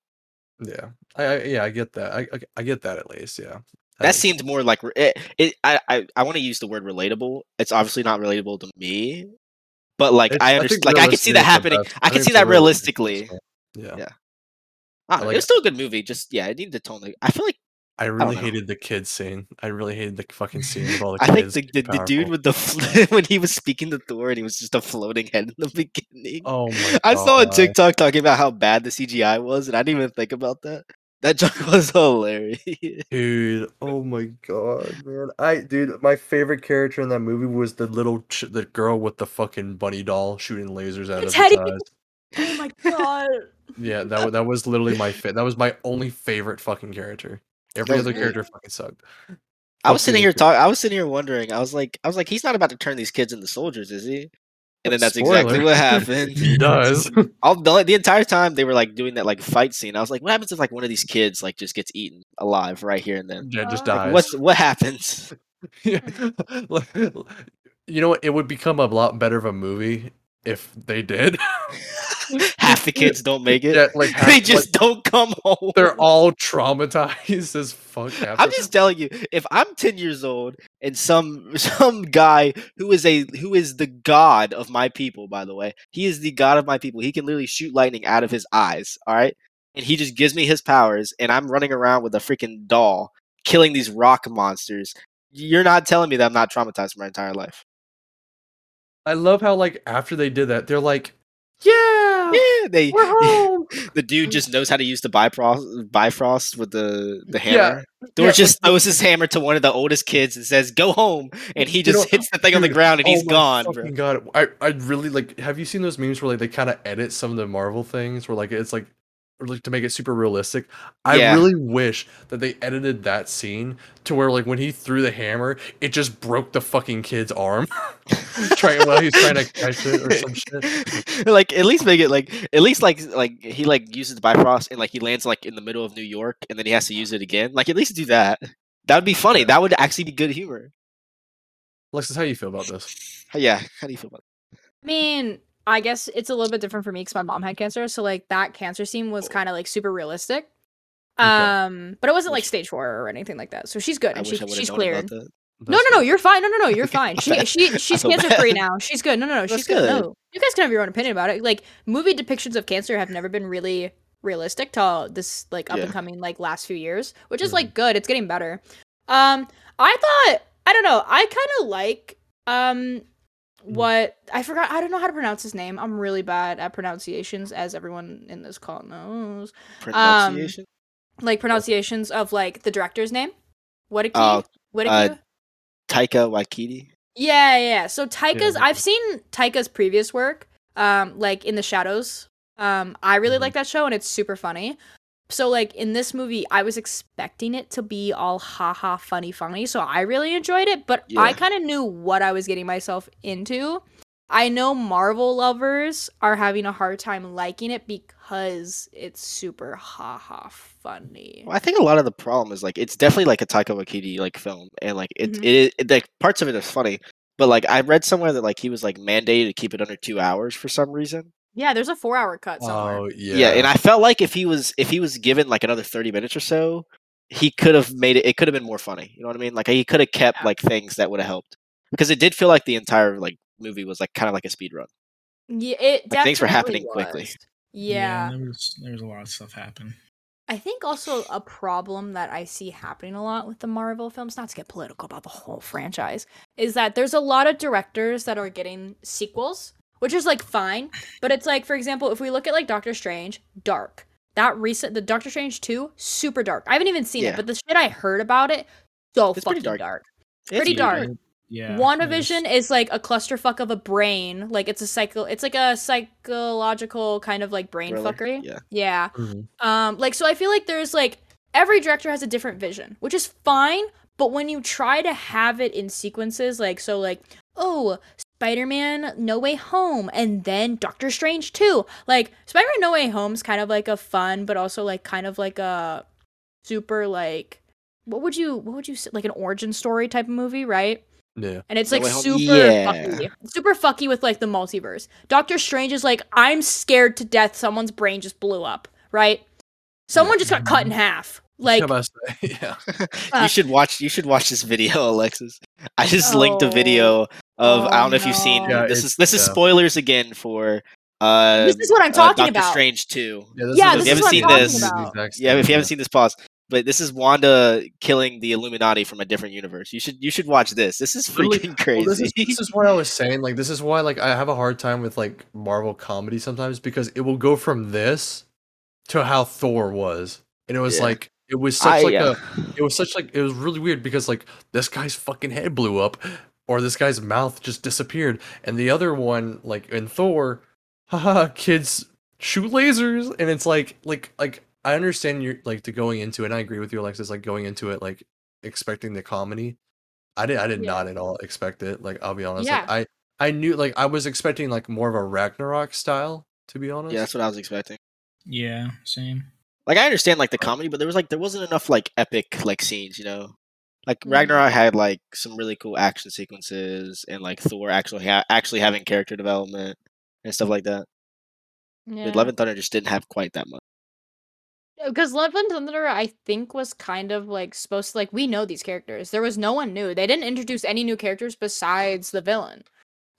yeah I, I yeah I get that I I, I get that at least yeah that seems. seemed more like re- it, it, I I, I want to use the word relatable. It's obviously not relatable to me, but like It's- I think understand. Like I could see that realistically happening. it's the best. I could think it's see a that realistic realistically. response. Yeah. Yeah. I don't know, Like- Ah, it was still a good movie. Just yeah, it needed to tone. The, I feel like I don't really know. hated the kids scene. I really hated the fucking scene with all the I think kids. the, the, the dude powerful. with the fl- when he was speaking to Thor and he was just a floating head in the beginning. Oh my! I saw a God. TikTok talking about how bad the CGI was, and I didn't even think about that. That joke was hilarious. Dude, oh my god, man! I dude, my favorite character in that movie was the little ch- the girl with the fucking bunny doll shooting lasers out of its It's Hetty. eyes. Oh my god. Yeah, that wa- that was literally my fa- that was my only favorite fucking character. Every was other great. character fucking sucked. I Fuck was sitting you. here talk. I was sitting here wondering. I was like, I was like, he's not about to turn these kids into soldiers, is he? And then that's exactly Spoiler. what happened. He does. All the, the entire time they were like doing that like fight scene. I was like, what happens if like one of these kids like just gets eaten alive right here and then? yeah, just Like, dies. What's what happens? Yeah. Like, you know what? It would become a lot better of a movie if they did. half the kids don't make it. Yeah, like, half- they like, just don't come home. They're all traumatized as fuck. After. I'm just telling you, if I'm 10 years old and some some guy who is a who is the god of my people, by the way, he is the god of my people. He can literally shoot lightning out of his eyes, all right? And he just gives me his powers and I'm running around with a freaking doll killing these rock monsters. You're not telling me that I'm not traumatized for my entire life. I love how like after they did that, they're like, "Yeah, Yeah, they we're home." the dude just knows how to use the bifrost bifrost with the the Yeah. hammer. Thor Yeah, just throws his hammer to one of the oldest kids and says, "Go home," and he You just know- hits the thing on the Dude, ground and oh he's my gone, bro. fucking God, I I really like. Have you seen those memes where like they kind of edit some of the Marvel things where like it's like. Or like to make it super realistic, I Yeah. really wish that they edited that scene to where like when he threw the hammer, it just broke the fucking kid's arm. trying while he's trying to catch it or some shit. like at least make it like at least like like he like uses the bifrost and like he lands like in the middle of New York and then he has to use it again. Like at least do that. That would be funny. That would actually be good humor. Alexis, how you feel about this? Yeah. How do you feel about I mean, I guess it's a little bit different for me because my mom had cancer, so like that cancer scene was kind of like super realistic. Okay. Um, but it wasn't like Wish- stage four or anything like that. So she's good that? I and Uh, she, wish I would have she's known cleared. about that. No, That's- no, no, you're fine. No, no, no, you're Okay, fine. my She bad. I she she's feel cancer free bad. now. She's good. No, no, no, That's she's good. good. No, you guys can have your own opinion about it. Like movie depictions of cancer have never been really realistic till this like up Yeah. Mm-hmm. and coming like last few years, which is Mhm. like good. It's getting better. Um, I thought I don't know. I kind of like Mm. um what I forgot. I don't know how to pronounce his name. I'm really bad at pronunciations, as everyone in this call knows. Pronunciation. Like pronunciations of like the director's name. What a Oh, uh, key. Taika Waititi. Yeah, yeah. So Taika's that- I've seen Taika's previous work, um, like in the shadows. Um, I really Mhm. Mm-hmm. like that show and it's super funny. So like in this movie, I was expecting it to be all haha funny funny. So I really enjoyed it, but I Yeah. kind of knew what I was getting myself into. I know Marvel lovers are having a hard time liking it because it's super haha funny. Well, I think a lot of the problem is like it's definitely like a Taika Waititi like film, and like it, Mhm. it is it- like parts of it is funny, but like I read somewhere that like he was like mandated to keep it under two hours for some reason. Yeah, there's a four hour cut somewhere. Oh yeah, Yeah, and I felt like if he was if he was given like another thirty minutes or so, he could have made it. It could have been more funny. You know what I mean? Like he could have kept Yeah. like things that would have helped because it did feel like the entire like movie was like kind of like a speed run. Yeah, it Like, definitely things were happening quickly. was. yeah. there was there was a lot of stuff happen. I think also a problem that I see happening a lot with the Marvel films, not to get political about the whole franchise, is that there's a lot of directors that are getting sequels, which is like fine, but it's like for example, if we look at like Doctor Strange, dark. That recent the Doctor Strange 2, super dark. I haven't even seen Yeah. it, but the shit I heard about it, so It's pretty fucking dark. dark. Pretty weird. dark. Yeah. WandaVision is like a clusterfuck of a brain. Like it's a cycle it's like a psychological kind of like brain Thriller, fuckery. Yeah. yeah. Mhm. Um, like so I feel like there's like every director has a different vision, which is fine, but when you try to have it in sequences, like so like, oh, Spider-Man No Way Home and then Doctor Strange 2. Like Spider-Man No Way Home's kind of like a fun, but also like kind of like a super like what would you what would you say like an origin story type of movie, right? yeah. And it's No like Way Home? super Yeah. fucky. Super fucky with like the multiverse. Doctor Strange is like, I'm scared to death. Someone's brain just blew up, right? Someone just got cut in half. Like, Come on, say- yeah. Uh, you should watch you should watch this video, Alexis. I just linked a video of I Oh, don't know if you've seen no. Yeah, this it's- is this is yeah. spoilers again for uh this is what I'm uh, talking Doctor about. Strange 2. Yeah, Yeah, this is what I'm talking about. Yeah, if you haven't seen this pause. But this is Wanda killing the Illuminati from a different universe. You should you should watch this. This is Really? freaking Well, crazy. this, is, this is what I was saying. Like, this is why, like, I have a hard time with like Marvel comedy sometimes because it will go from this to how Thor was, and it was Yeah. like it was such I, like uh, a, it was such like it was really weird because like this guy's fucking head blew up, or this guy's mouth just disappeared, and the other one, like in Thor, haha, kids shoot lasers, and it's like, like, like I understand you're like to going into, it, and I agree with you, Alexis, like going into it, like expecting the comedy. I did I did Yeah. not at all expect it. Like I'll be honest. Yeah. Like I I knew like I was expecting like more of a Ragnarok style, to be honest. Yeah, that's what I was expecting. Yeah, same. Like I understand like the comedy, but there was like there wasn't enough like epic like scenes, you know. Like Mhm. Ragnarok had like some really cool action sequences and like Thor actually ha- actually having character development and stuff like that. Yeah. But Love and Thunder just didn't have quite that much. Because Love and Thunder, I think, was kind of like supposed to like we know these characters. There was no one new. They didn't introduce any new characters besides the villain.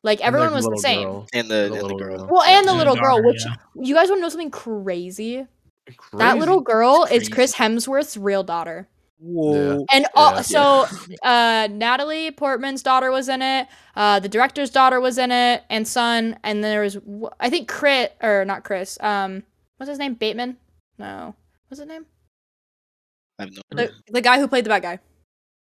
Like And, like, everyone was the Little same. Girl, And the, The and the little girl. girl. Well, and the Yeah, little girl, Dara, which yeah. you guys want to know something crazy? That crazy. little girl It's is Chris Hemsworth's real daughter, Whoa. and all, Yeah. so uh, Natalie Portman's daughter was in it. Uh, the director's daughter was in it, and son. And there was w- I think Chris or not Chris. Um, what's his name? Bateman? No, what's his name? I have no The, idea. the guy who played the bad guy,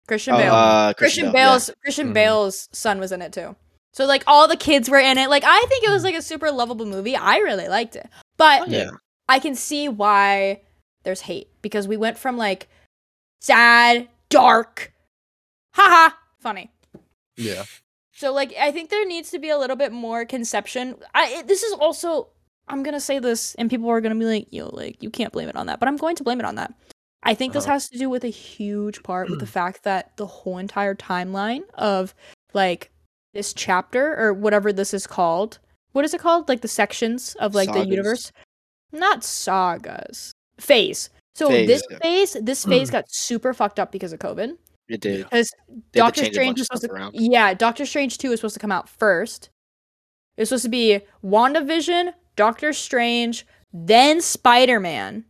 Christian Oh, Bale. uh, Christian, Bale, yeah. Mm. Bale's Christian Mhm. Bale's son was in it too. So like all the kids were in it. Like I think it was like a super lovable movie. I really liked it. But Mm. yeah. I can see why there's hate because we went from like sad, dark, haha, funny. Yeah. So like I think there needs to be a little bit more conception. I it, this is also I'm going to say this and people are going to be like, "Yo, like you can't blame it on that." But I'm going to blame it on that. I think this Uh-huh. has to do with a huge part with the fact that the whole entire timeline of like this chapter or whatever this is called. What is it called? Like the sections of like Sagas. the universe. Not sagas. Phase. So Phase, this yeah. phase, this phase got super fucked up because of COVID. It did. Because They had Doctor to change a Strange bunch was supposed of to stuff around. yeah, Doctor Strange two is supposed to come out first. It was supposed to be WandaVision, Doctor Strange, then Spider Man.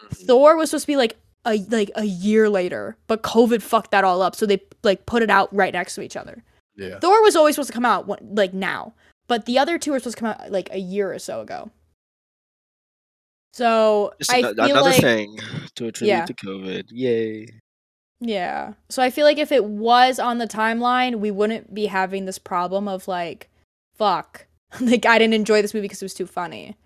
Mm-hmm. Thor was supposed to be like a like a year later, but COVID fucked that all up, so they like put it out right next to each other. Yeah. Thor was always supposed to come out one- like now, but the other two were supposed to come out like a year or so ago. So Just uh, I ano- feel another like thing to attribute Yeah. to COVID. Yay. Yeah. So I feel like if it was on the timeline, we wouldn't be having this problem of like, fuck, like I didn't enjoy this movie because it was too funny,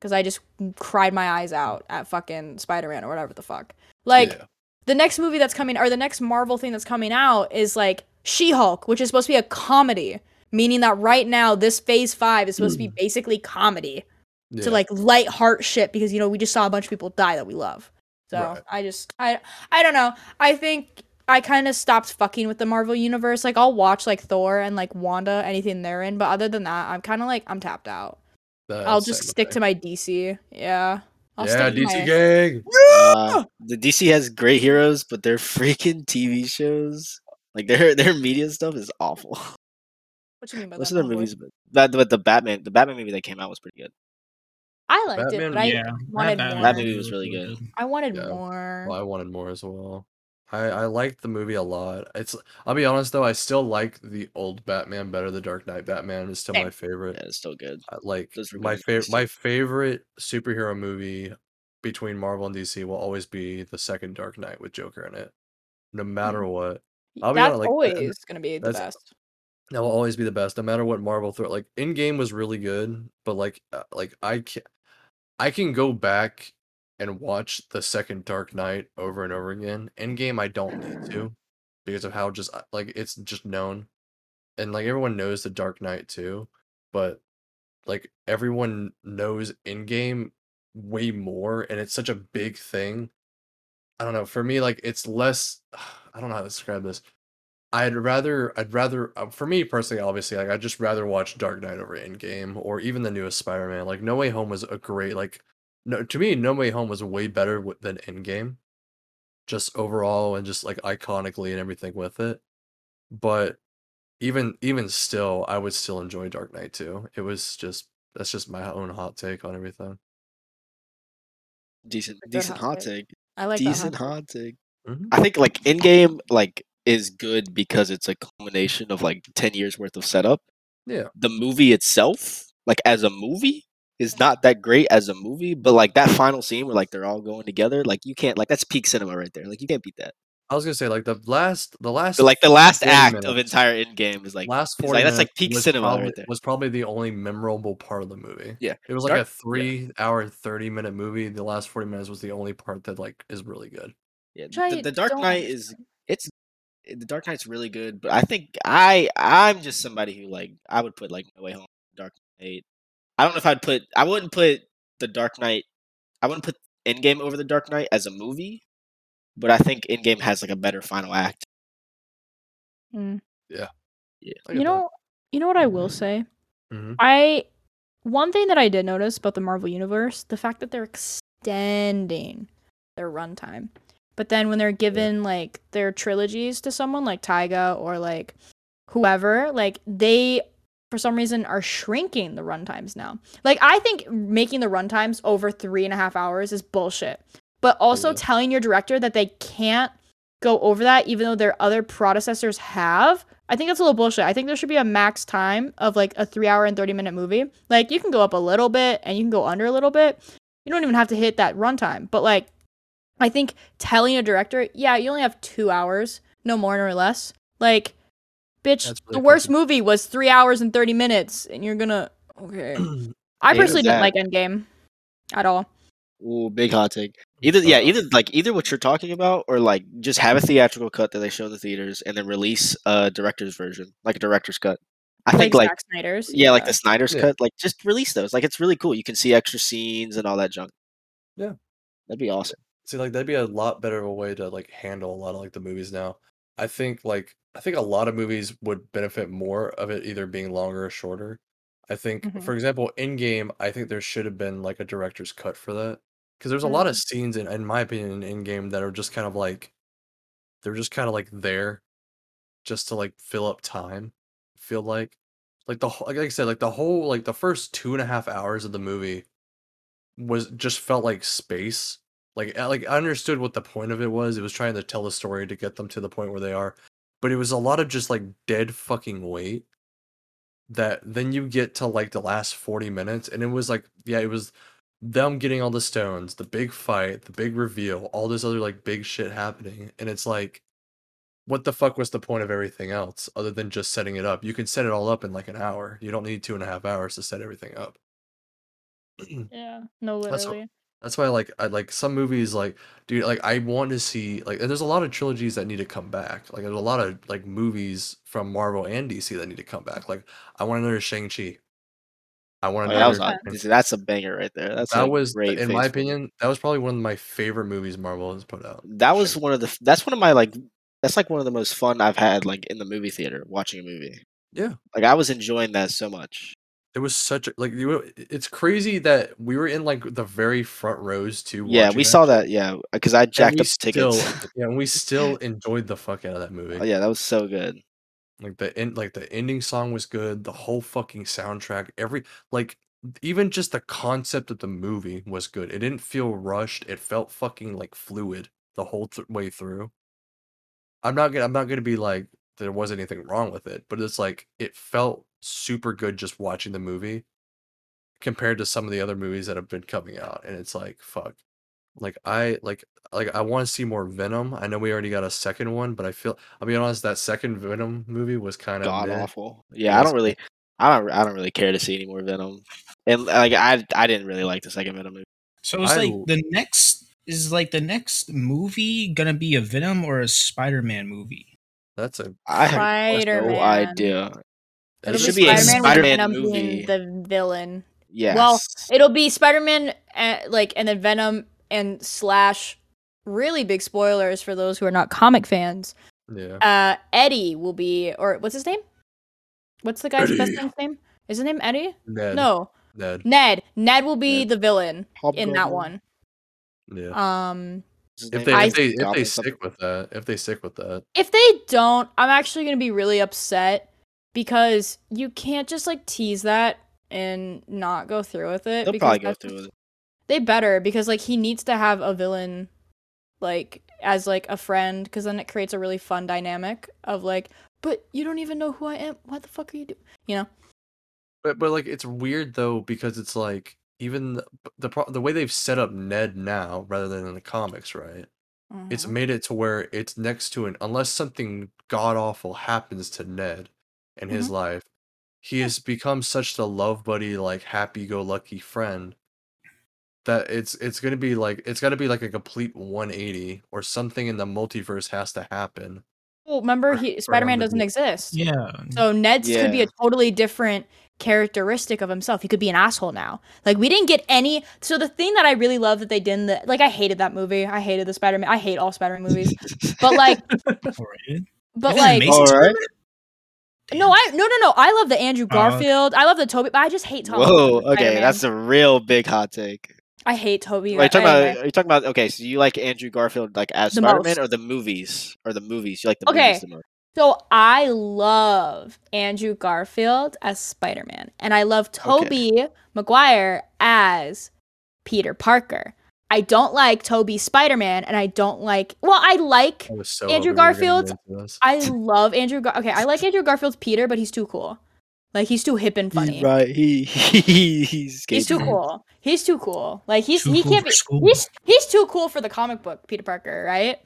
because I just cried my eyes out at fucking Spider Man or whatever the fuck. Like yeah. the next movie that's coming or the next Marvel thing that's coming out is like She Hulk, which is supposed to be a comedy, meaning that right now this Phase Five is supposed to be basically comedy yeah. to like light heart shit because you know we just saw a bunch of people die that we love. So Right. I just I I don't know. I think I kind of stopped fucking with the Marvel universe. Like I'll watch like Thor and like Wanda anything they're in, but other than that, I'm kind of like I'm tapped out. I'll just stick to my DC. Yeah. I'll yeah, stick to DC my- gang. Uh, the DC has great heroes, but their freaking TV shows, like their their media stuff, is awful. What you mean by Most that? of their homeboy? movies, but that but the Batman, the Batman movie that came out was pretty good. I liked it, Batman- but I yeah, wanted more. That movie was really good. I wanted Yeah. more. Well, I wanted more as well. I I liked the movie a lot. It's I'll be honest though, I still like the old Batman better. The Dark Knight Batman is still Same. my favorite. Yeah, it's still good. I- Like Those were my good movies, favorite too. my favorite superhero movie between Marvel and DC will always be the second Dark Knight with Joker in it. No matter Mm-hmm. what, I'll be that's honest, like, always that- gonna be the that's- best. that will always be the best, no matter what Marvel throw. Like in game was really good, but like uh, like I can I can go back and watch the second Dark Knight over and over again. In game, I don't need to because of how just uh, like it's just known, and like everyone knows the Dark Knight too, but like everyone knows in game way more, and it's such a big thing. I don't know. For me, like it's less. I don't know how to describe this. I'd rather, I'd rather, uh, for me personally, obviously, like I'd just rather watch Dark Knight over Endgame or even the newest Spider-Man. Like No Way Home was a great, like, no, to me, No Way Home was way better w- than Endgame, just overall and just like iconically and everything with it. But even, even still, I would still enjoy Dark Knight too. It was just that's just my own hot take on everything. Decent, good decent hot hot take. I like Decent that. huh? hot take. Mhm. I think like in game like is good because it's a culmination of like ten years worth of setup. Yeah. The movie itself, like as a movie, is not that great as a movie, but like that final scene where like they're all going together, like you can't like that's peak cinema right there. Like you can't beat that. I was gonna say like the last, the last, But like the last 40 act of minutes. entire in game is like last it's forty like- that's, like, minutes peak was cinema right probably, there. was probably the only memorable part of the movie Yeah. it was like Dark- a three hour 30 minute movie the last 40 minutes was the only part that like is really good yeah, Which I the, the Dark don't Knight is it's eh, the Dark Knight's really good, but I think I I'm just somebody who like I would put like No Way Home, Dark Knight. I don't know if I'd put I wouldn't put the Dark Knight. I wouldn't put Endgame over the Dark Knight as a movie, but I think Endgame has like a better final act. Mm. I You get that. Mm-hmm. know, you know what I will say. Mhm. I one thing that I did notice about the Marvel universe, the fact that they're extending their runtime. But then when they're given like their trilogies to someone like Tyga or like whoever, like they for some reason are shrinking the runtimes now. Like I think making the runtimes over three and a half hours is bullshit. But also yeah. telling your director that they can't go over that, even though their other predecessors have, I think that's a little bullshit. I think there should be a max time of like a three hour and 30 minute movie. Like you can go up a little bit and you can go under a little bit. You don't even have to hit that runtime. But like, I think telling a director, yeah, you only have two hours, no more nor less. Like, bitch, That's the really worst fucking- movie was three hours and 30 minutes and you're gonna. Okay. I Yeah, personally didn't like exactly. Endgame at all. Ooh, big hot take. Either yeah, Uh, either like either what you're talking about, or like just have a theatrical cut that they show in the theaters and then release a director's version, like a director's cut. I think like Zack Snyder's. yeah, like the Snyder's Yeah. cut, like just release those. Like it's really cool. You can see extra scenes and all that junk. Yeah. that'd be awesome. See, like that'd be a lot better of a way to like handle a lot of like the movies now. I think like I think a lot of movies would benefit more of it either being longer or shorter. I think, Mhm. for example, in game, I think there should have been like a director's cut for that because there's a lot of scenes in, in my opinion, in game that are just kind of like they're just kind of like there, just to like fill up time. I Feel like, like the wh- like I said, like the whole like the first two and a half hours of the movie was just felt like space like I- like I understood what the point of it was. It was trying to tell a story to get them to the point where they are, but it was a lot of just like dead fucking weight. That then you get to like the last forty minutes, and it was like yeah, it was them getting all the stones, the big fight, the big reveal, all this other like big shit happening, and it's like, what the fuck was the point of everything else other than just setting it up? You can set it all up in like an hour. You don't need two and a half hours to set everything up. Yeah. No, That's- literally. literally. That's why like I like some movies like dude like I want to see like and there's a lot of trilogies that need to come back. Like there's a lot of like movies from Marvel and DC that need to come back. Like I want another Shang Chi. I want Oh, another. that was Another- awesome. that's a banger right there. That's that like, was great in my phase four. opinion that was probably one of my favorite movies Marvel has put out. That was Shang-Chi. one of the. That's one of my like. That's like one of the most fun I've had like in the movie theater watching a movie. yeah. Like I was enjoying that so much. It was such a, like you. It's crazy that we were in like the very front rows too. Yeah, we saw that. Yeah, because I jacked we up the tickets. still- Yeah, and we still enjoyed the fuck out of that movie. Oh, yeah, that was so good. Like the end, like the ending song was good. The whole fucking soundtrack, every like even just the concept of the movie was good. It didn't feel rushed. It felt fucking like fluid the whole th- way through. I'm not gonna I'm not gonna be like there was anything wrong with it, but it's like it felt super good just watching the movie compared to some of the other movies that have been coming out, and it's like fuck. Like I like like I want to see more Venom. I know we already got a second one, but I feel I'll be honest, that second Venom movie was kind of God meh. awful. Yeah, Yeah, I it's don't really. I don't. I don't really care to see any more Venom. And like I, I didn't really like the second Venom movie. So it's I like l- the next is like the next movie gonna be a Venom or a Spider-Man movie? That's a I have no Spider-Man. idea. that It is should be a with Spider-Man Venom movie. being the villain. Yes. It'll be Spider-Man, uh, like, and then Venom and slash. Really big spoilers for those who are not comic fans. yeah. Uh, Eddie will be, or what's his name? What's the guy's best Eddie. friend's name? Is his name Eddie? Ned, No, Ned. Ned. Ned will be Ned. the villain in Hobgoblin. that one. Yeah. Um, What's his if name? they I- if they if they Goblin something. stick with that, if they stick with that, if they don't, I'm actually gonna be really upset because you can't just like tease that and not go through with it. they'll because probably go that's- through with it. They better because like he needs to have a villain, like as like a friend, because then it creates a really fun dynamic of like, but you don't even know who I am. What the fuck are you doing? You know? but but like it's weird though because it's like even the the, pro- the way they've set up Ned now rather than in the comics, right? It's Mhm. made it to where it's next to an unless something god awful happens to Ned in Mm-hmm. his life, he has become such the love buddy, like happy go lucky friend. that it's it's gonna be like it's gotta be like a complete 180 or something in the multiverse has to happen. Well, remember, he, Spider-Man the doesn't new- exist. Yeah. So Ned's could be Yeah. a totally different characteristic of himself. He could be an asshole now. Like we didn't get any. So the thing that I really love that they did, in the, like I hated that movie. I hated the Spider-Man. I hate all Spider-Man movies. But like, Overrated. but That doesn't like, make sense. Alright. no, I no no no. I love the Andrew Oh. Garfield. I love the Toby. But I just hate Tom. Whoa, Holland as okay, Spider-Man. that's a real big hot take. I hate Toby. Wait, talking anyway. about are you talking about okay, so you like Andrew Garfield like as The Spider Man most. or the movies? Or the movies. You like the Okay. movies the most. So I love Andrew Garfield as Spider Man, and I love Toby Maguire as Peter Parker. I don't like Toby Spider Man, and I don't like. Well, I like. I was so Andrew hoping we were gonna Garfield's- get into this. I love Andrew. Gar- okay, I like Andrew Garfield's Peter, but he's too cool. Like he's too hip and funny. Right. He, he he's He's too escaping. cool. He's too cool. Like he's Too he cool can't for be. school. He's he's too cool for the comic book Peter Parker, right?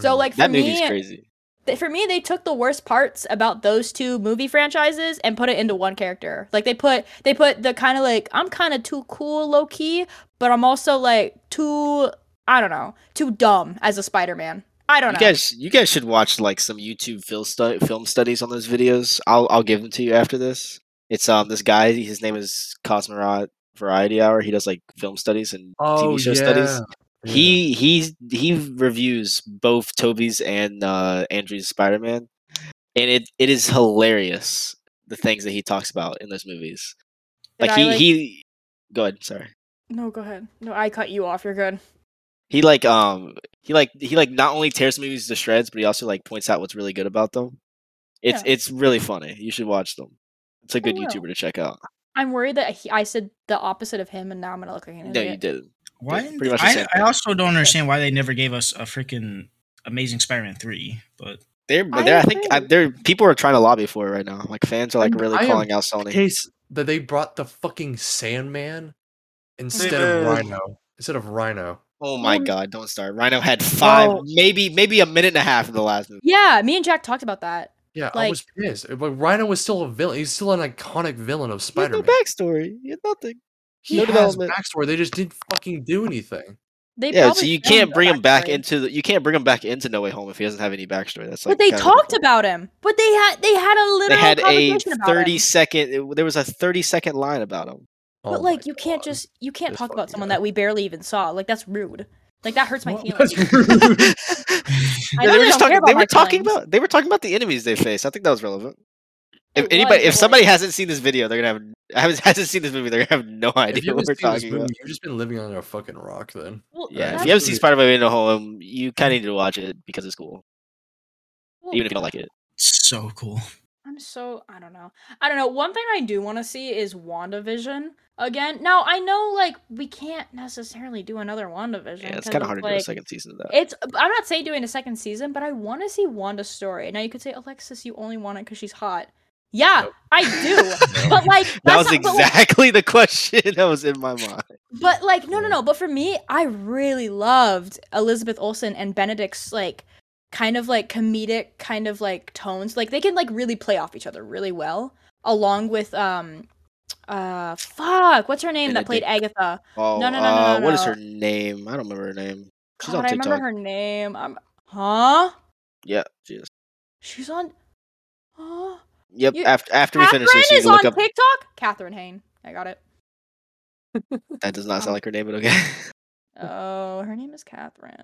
So Mhm. like for Hmm. That me, movie's crazy. th- for me they took the worst parts about those two movie franchises and put it into one character like they put they put the kind of like i'm kind of too cool low key but i'm also like too i don't know too dumb as a spider-man i don't You know guys you guys should watch like some YouTube film stu- film studies on those videos. I'll I'll give them to you after this. It's um this guy, his name is Cosmonaut Variety Hour. He does like film studies and oh, TV show yeah. studies. Yeah. He he's he reviews both Toby's and uh, Andrew's Spider Man, and it, it is hilarious the things that he talks about in those movies. Did Like I, he, he go ahead, sorry. no go ahead no i cut you off you're good He like um he like he like not only tears movies to shreds, but he also like points out what's really good about them. It's Yeah. it's really funny. You should watch them. It's a good will. YouTuber to check out. i'm worried that he, i said the opposite of him and now i'm gonna look like an No, you idiot didn't. Why? Pretty much the I, same I thing. also don't understand why they never gave us a freaking Amazing Spider-Man three. But They're, but I they're I think I, agree. they're people are trying to lobby for it right now. Like fans are like I'm- really I am calling out Sony. case that they brought the fucking Sandman instead of Sandman. Rhino. Instead of Rhino. Oh my Um, god, don't start. Rhino had five, Oh. maybe maybe a minute and a half in the last movie. yeah me and jack talked about that Yeah, I Like- was pissed. But Rhino was still a villain. He's still an iconic villain of He had Spider-Man. no backstory. He had nothing. he no has development. backstory. They just didn't fucking do anything. they yeah, so probably you filmed can't the bring him back backstory. into the, you can't bring him back into No Way Home if he doesn't have any backstory. That's like but they kinda talked difficult. about him but they had they had a They literal had a conversation about him. thirty second. it- There was a thirty second line about him. Oh But my like you can't God. just you can't This talk about fucking someone guy. that we barely even saw. Like that's rude. Like that hurts my Well, feelings. that's Yeah, rude. know they they were just don't care talking. They about my were talking feelings. about. They were talking about the enemies they face. I think that was relevant. If It anybody, was, if but, somebody like- hasn't seen this video, they're gonna have. I haven't hasn't seen this movie. They're gonna have no If idea you haven't what we're seen this talking movie, about. you've just been living under a fucking rock then. Well, Yeah, if that's you haven't seen Absolutely. Spider-Man: Way No Home, um, you kind of need to watch it because it's cool, cool. even if you don't like it. so cool. I'm so I don't know. I don't know. One thing I do want to see is WandaVision again. Now I know like we can't necessarily do another WandaVision. Yeah, it's 'cause kind of hard to do a like- second season of that. It's I'm not saying doing a second season, but I want to see Wanda's story. Now you could say Alexis, you only want it because she's hot. Yeah, Nope. I do. No. but like that that's was not- but, like, exactly the question that was in my mind. But like, no, no, Yeah. no. But for me, I really loved Elizabeth Olsen and Benedict's like kind of like comedic kind of like tones. Like they can like really play off each other really well, along with um, uh, fuck, what's her name that played Agatha? Oh, no, no, no, uh, no, what is no. her name? I don't remember her name. She's God, on I TikTok. remember her name. I'm, huh? Yeah, she is. She's on. Huh? Yep. You- after after we Catherine finish this, you is can on look up. TikTok. Catherine Hain. I got it. That does not sound like her name, but okay. Oh, her name is Catherine.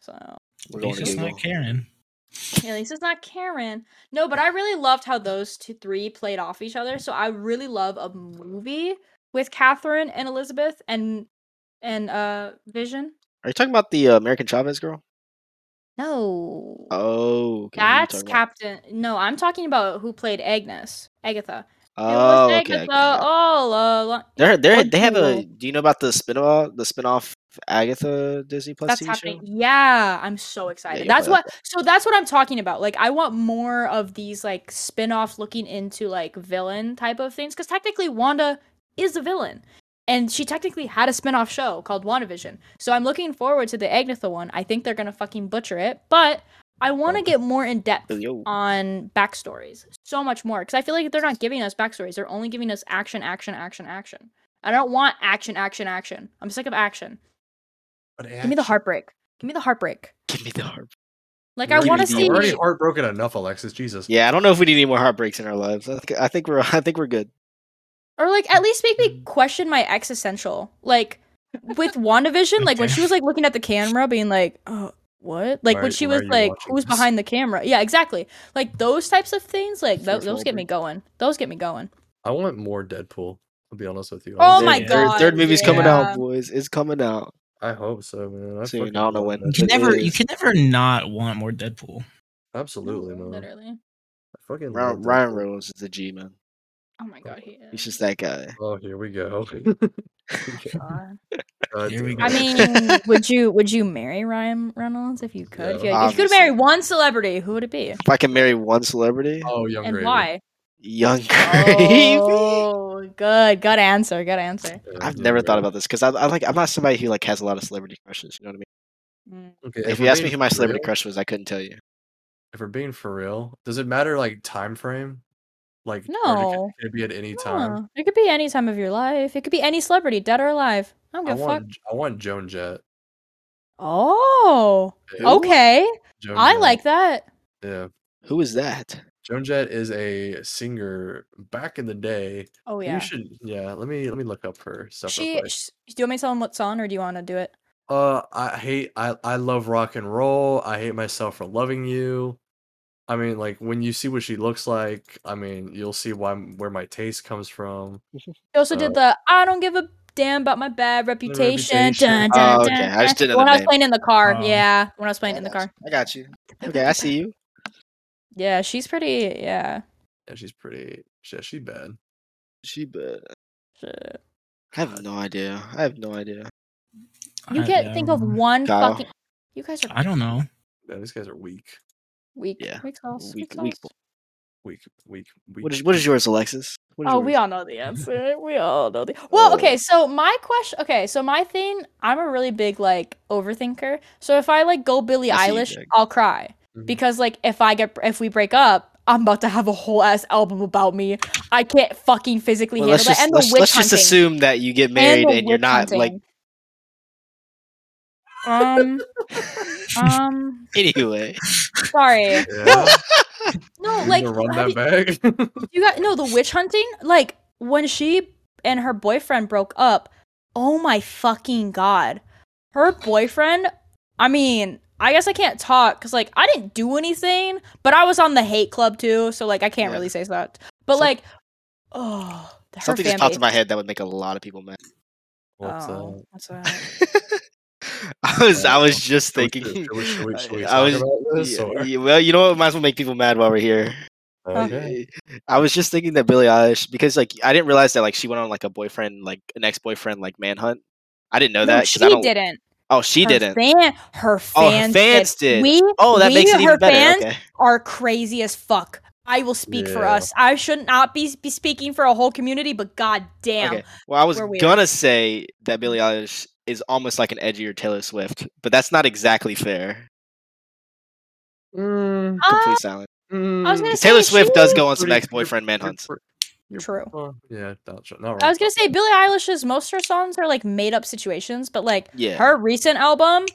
So We're going It's to just Google. not Karen. Yeah, at least it's not Karen. No, but I really loved how those two three played off each other. So I really love a movie with Catherine and Elizabeth and and uh Vision. Are you talking about the uh, American Chavez girl? No. Oh, okay, who you That's talking about? Captain. No, I'm talking about who played Agnes. Agatha. Oh, it was okay. Agatha okay. all along. They're, they're, What they have a. Google? Do you know about the spin-off? The spinoff Agatha Disney Plus That's TV happening. show. Yeah, I'm so excited. you'll that's play what so that's what I'm talking about. Like I want more of these like spin-off looking into like villain type of things cuz technically Wanda is a villain. And she technically had a spin-off show called WandaVision. So I'm looking forward to the Agnetha one. I think they're going to fucking butcher it, but I want to Probably. get more in depth Oh, yo. on backstories. So much more cuz I feel like they're not giving us backstories. They're only giving us action action action action. I don't want action, action, action. I'm sick of action. An Give me the action- heartbreak. Give me the heartbreak. Give me the heart. Like Give I me want to the see. You're already heartbroken enough, Alexis. Jesus. Yeah, I don't know if we need any more heartbreaks in our lives. I think, I think we're I think we're good. or like at least make Mm. me question my existential like with wandavision like when she was like looking at the camera being like oh what like Why- when she why was are you like watching who's this? behind the camera yeah exactly like those types of things like tho- Fearful those get me Walberg. going those get me going I want more Deadpool. I'll be honest with you. Oh my third, God, Third movie's coming yeah. out, boys. It's coming out. I hope so, man. I Soon, fucking I don't know want when. You that. can It never, you is. can never not want more Deadpool. Absolutely, man. literally I fucking Ryan, love Ryan Deadpool. Reynolds is a G man. oh my god he He's is just that guy. Oh, here we go. God. God Here we damn go. I it. mean, would you would you marry Ryan Reynolds if you Yeah, could? if, you, if you could marry obviously. one celebrity, who would it be, If I can marry one celebrity, oh, young and Raven. why? young gravy. Oh, good, good answer, good answer. Yeah, I've Young never thought Raven. about this because I, I like I'm not somebody who like has a lot of celebrity crushes. You know what I mean? Mm. Okay, If, we're you asked me being who my for celebrity real- crush was, I couldn't tell you. if we're being for real, does it matter like time frame? Like, or it No. can, can it be at any time? No, It could be any time of your life. It could be any celebrity, dead or alive. I don't I give a fuck. want, I want Joan Jett. Oh, Ew. okay. Joan I Jett. like that. Yeah, Who is that? Joan Jett is a singer back in the day. Oh You yeah. should, yeah. Let me let me look up her stuff. real She, quick. sh Do you want me to tell him what song, or do you want to do it? Uh, I hate. I I love rock and roll. I hate myself for loving you. I mean, like when you see what she looks like, I mean, you'll see why m- where my taste comes from. She also Uh, did the "I don't give a damn about my bad reputation." reputation. Dun, dun, Oh, okay. dun, I just dun. didn't know when the I was name. playing in the car. Oh. yeah, when I was I playing in the got car. you. I got you. Okay, I see you. Yeah, she's pretty. Yeah. Yeah, she's pretty. Yeah, she bad. She bad. Shit. I have no idea. I have no idea. You I- can't yeah, think of um, one Kyle. fucking. You guys are I don't know. Yeah, these guys are weak, weak. Yeah. Weak sauce. Weak- Weak, weak sauce. weak, weak, weak. What is what is yours, Alexis? What is Oh, yours? we all know the answer. We all know the. Well, Uh, okay. So my question. Okay, so my thing. I'm a really big like overthinker. So if I like go Billie I see you, Mm-hmm. Eilish, Jack. I'll cry Mhm. because like if I get if we break up, I'm about to have a whole ass album about me. I can't fucking physically Well, let's handle just that. And let's, the witch let's just hunting. assume that you get married and, the and, you're witch not like. hunting. Um. um. Anyway, Sorry. Yeah. No, You like gonna run have that you- back. You got no the witch hunting. Like when she and her boyfriend broke up. Oh my fucking god! Her boyfriend. I mean, I guess I can't talk because like I didn't do anything, but I was on the hate club too, so like I can't Yeah. really say that. But Some- like, oh, her something fan just popped base. in my head that would make a lot of people mad. What's Oh, that? what's that? I was I Uh, was just Should we- thinking. Should we, should we, should we I talk was- about this? Yeah, or- yeah, well, you know what? Might as well make people mad while we're here. Okay. I was just thinking that Billie Eilish because like I didn't realize that like she went on like a boyfriend like an ex boyfriend like manhunt. I didn't know No, that because I she don't. didn't. Oh, she her didn't. Fan, her fans. Oh, her fans did. We, oh, that we, makes it her even better. fans okay. are crazy as fuck. I will speak for Yeah. us. I should not be, be speaking for a whole community, but god damn. Okay. Well, I was We're weird. gonna say that Billie Eilish is almost like an edgier Taylor Swift, but that's not exactly fair. Mm, Uh, Complete silence. I was gonna mm, say Taylor Swift she- does go on some pretty- ex boyfriend you're manhunts. pre- you're- True. well, yeah, not, not wrong. I was gonna say Billie Eilish's most of her songs are like made up situations, but like Yeah. her recent album,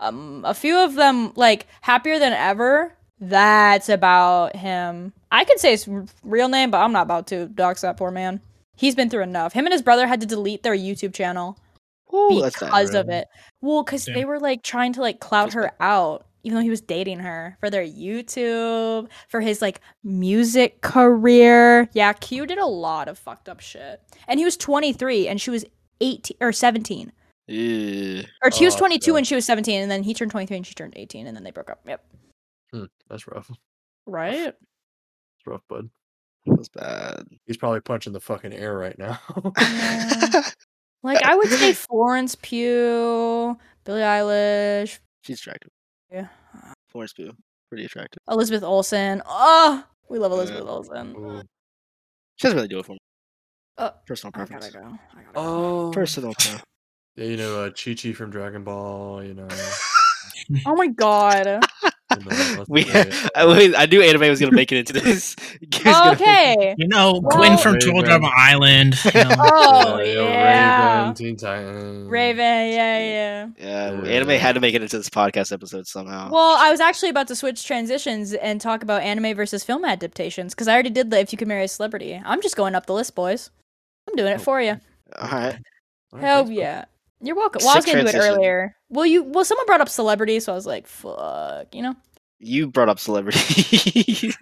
um, a few of them like happier than ever. That's about him. I could say his r- real name, but I'm not about to dox that poor man. He's been through enough. Him and his brother had to delete their YouTube channel Ooh, Oh, that's bad. because of really. it. Well, because Yeah. they were like trying to like clout That's her out, even though he was dating her for their YouTube, for his like music career. Yeah, Q did a lot of fucked up shit, and he was 23 and she was 18 or 17, Ew. or she was Oh, 22 yeah. and she was 17, and then he turned 23 and she turned 18, and then they broke up. Yep. Hmm, that's rough. That's Right. rough, bud. That's bad. He's probably punching the fucking air right now. Yeah. Like I would say Florence Pugh, Billie Eilish, She's attractive. Yeah. Florence Pugh, pretty attractive. Elizabeth Olsen. Oh, we love Yeah. Elizabeth Olsen. Ooh. She doesn't really do it for me. Uh, Personal I gotta preference. go. I gotta go. oh, Personal preference. yeah, you know, uh, Chi Chi from Dragon Ball. You know, Oh my god. No, that's we, great. I, was- I knew anime was gonna make it into this. Gary's gonna- okay. You know, Well- Gwen from Raven. Troll Drama Island. you know. Oh yo, yeah. Raven, Teen Titans. Raven, yeah, yeah. Yeah, Yeah. anime had to make it into this podcast episode somehow. Well, I was actually about to switch transitions and talk about anime versus film adaptations because I already did the If You Could Marry a Celebrity. I'm just going up the list, boys. I'm doing it for you. All right. All right, Hell thanks, bro. yeah. You're welcome. Well, I was Sick gonna do it transition. earlier. Well, you well, someone brought up celebrity, so I was like, "Fuck," you know. You brought up celebrity.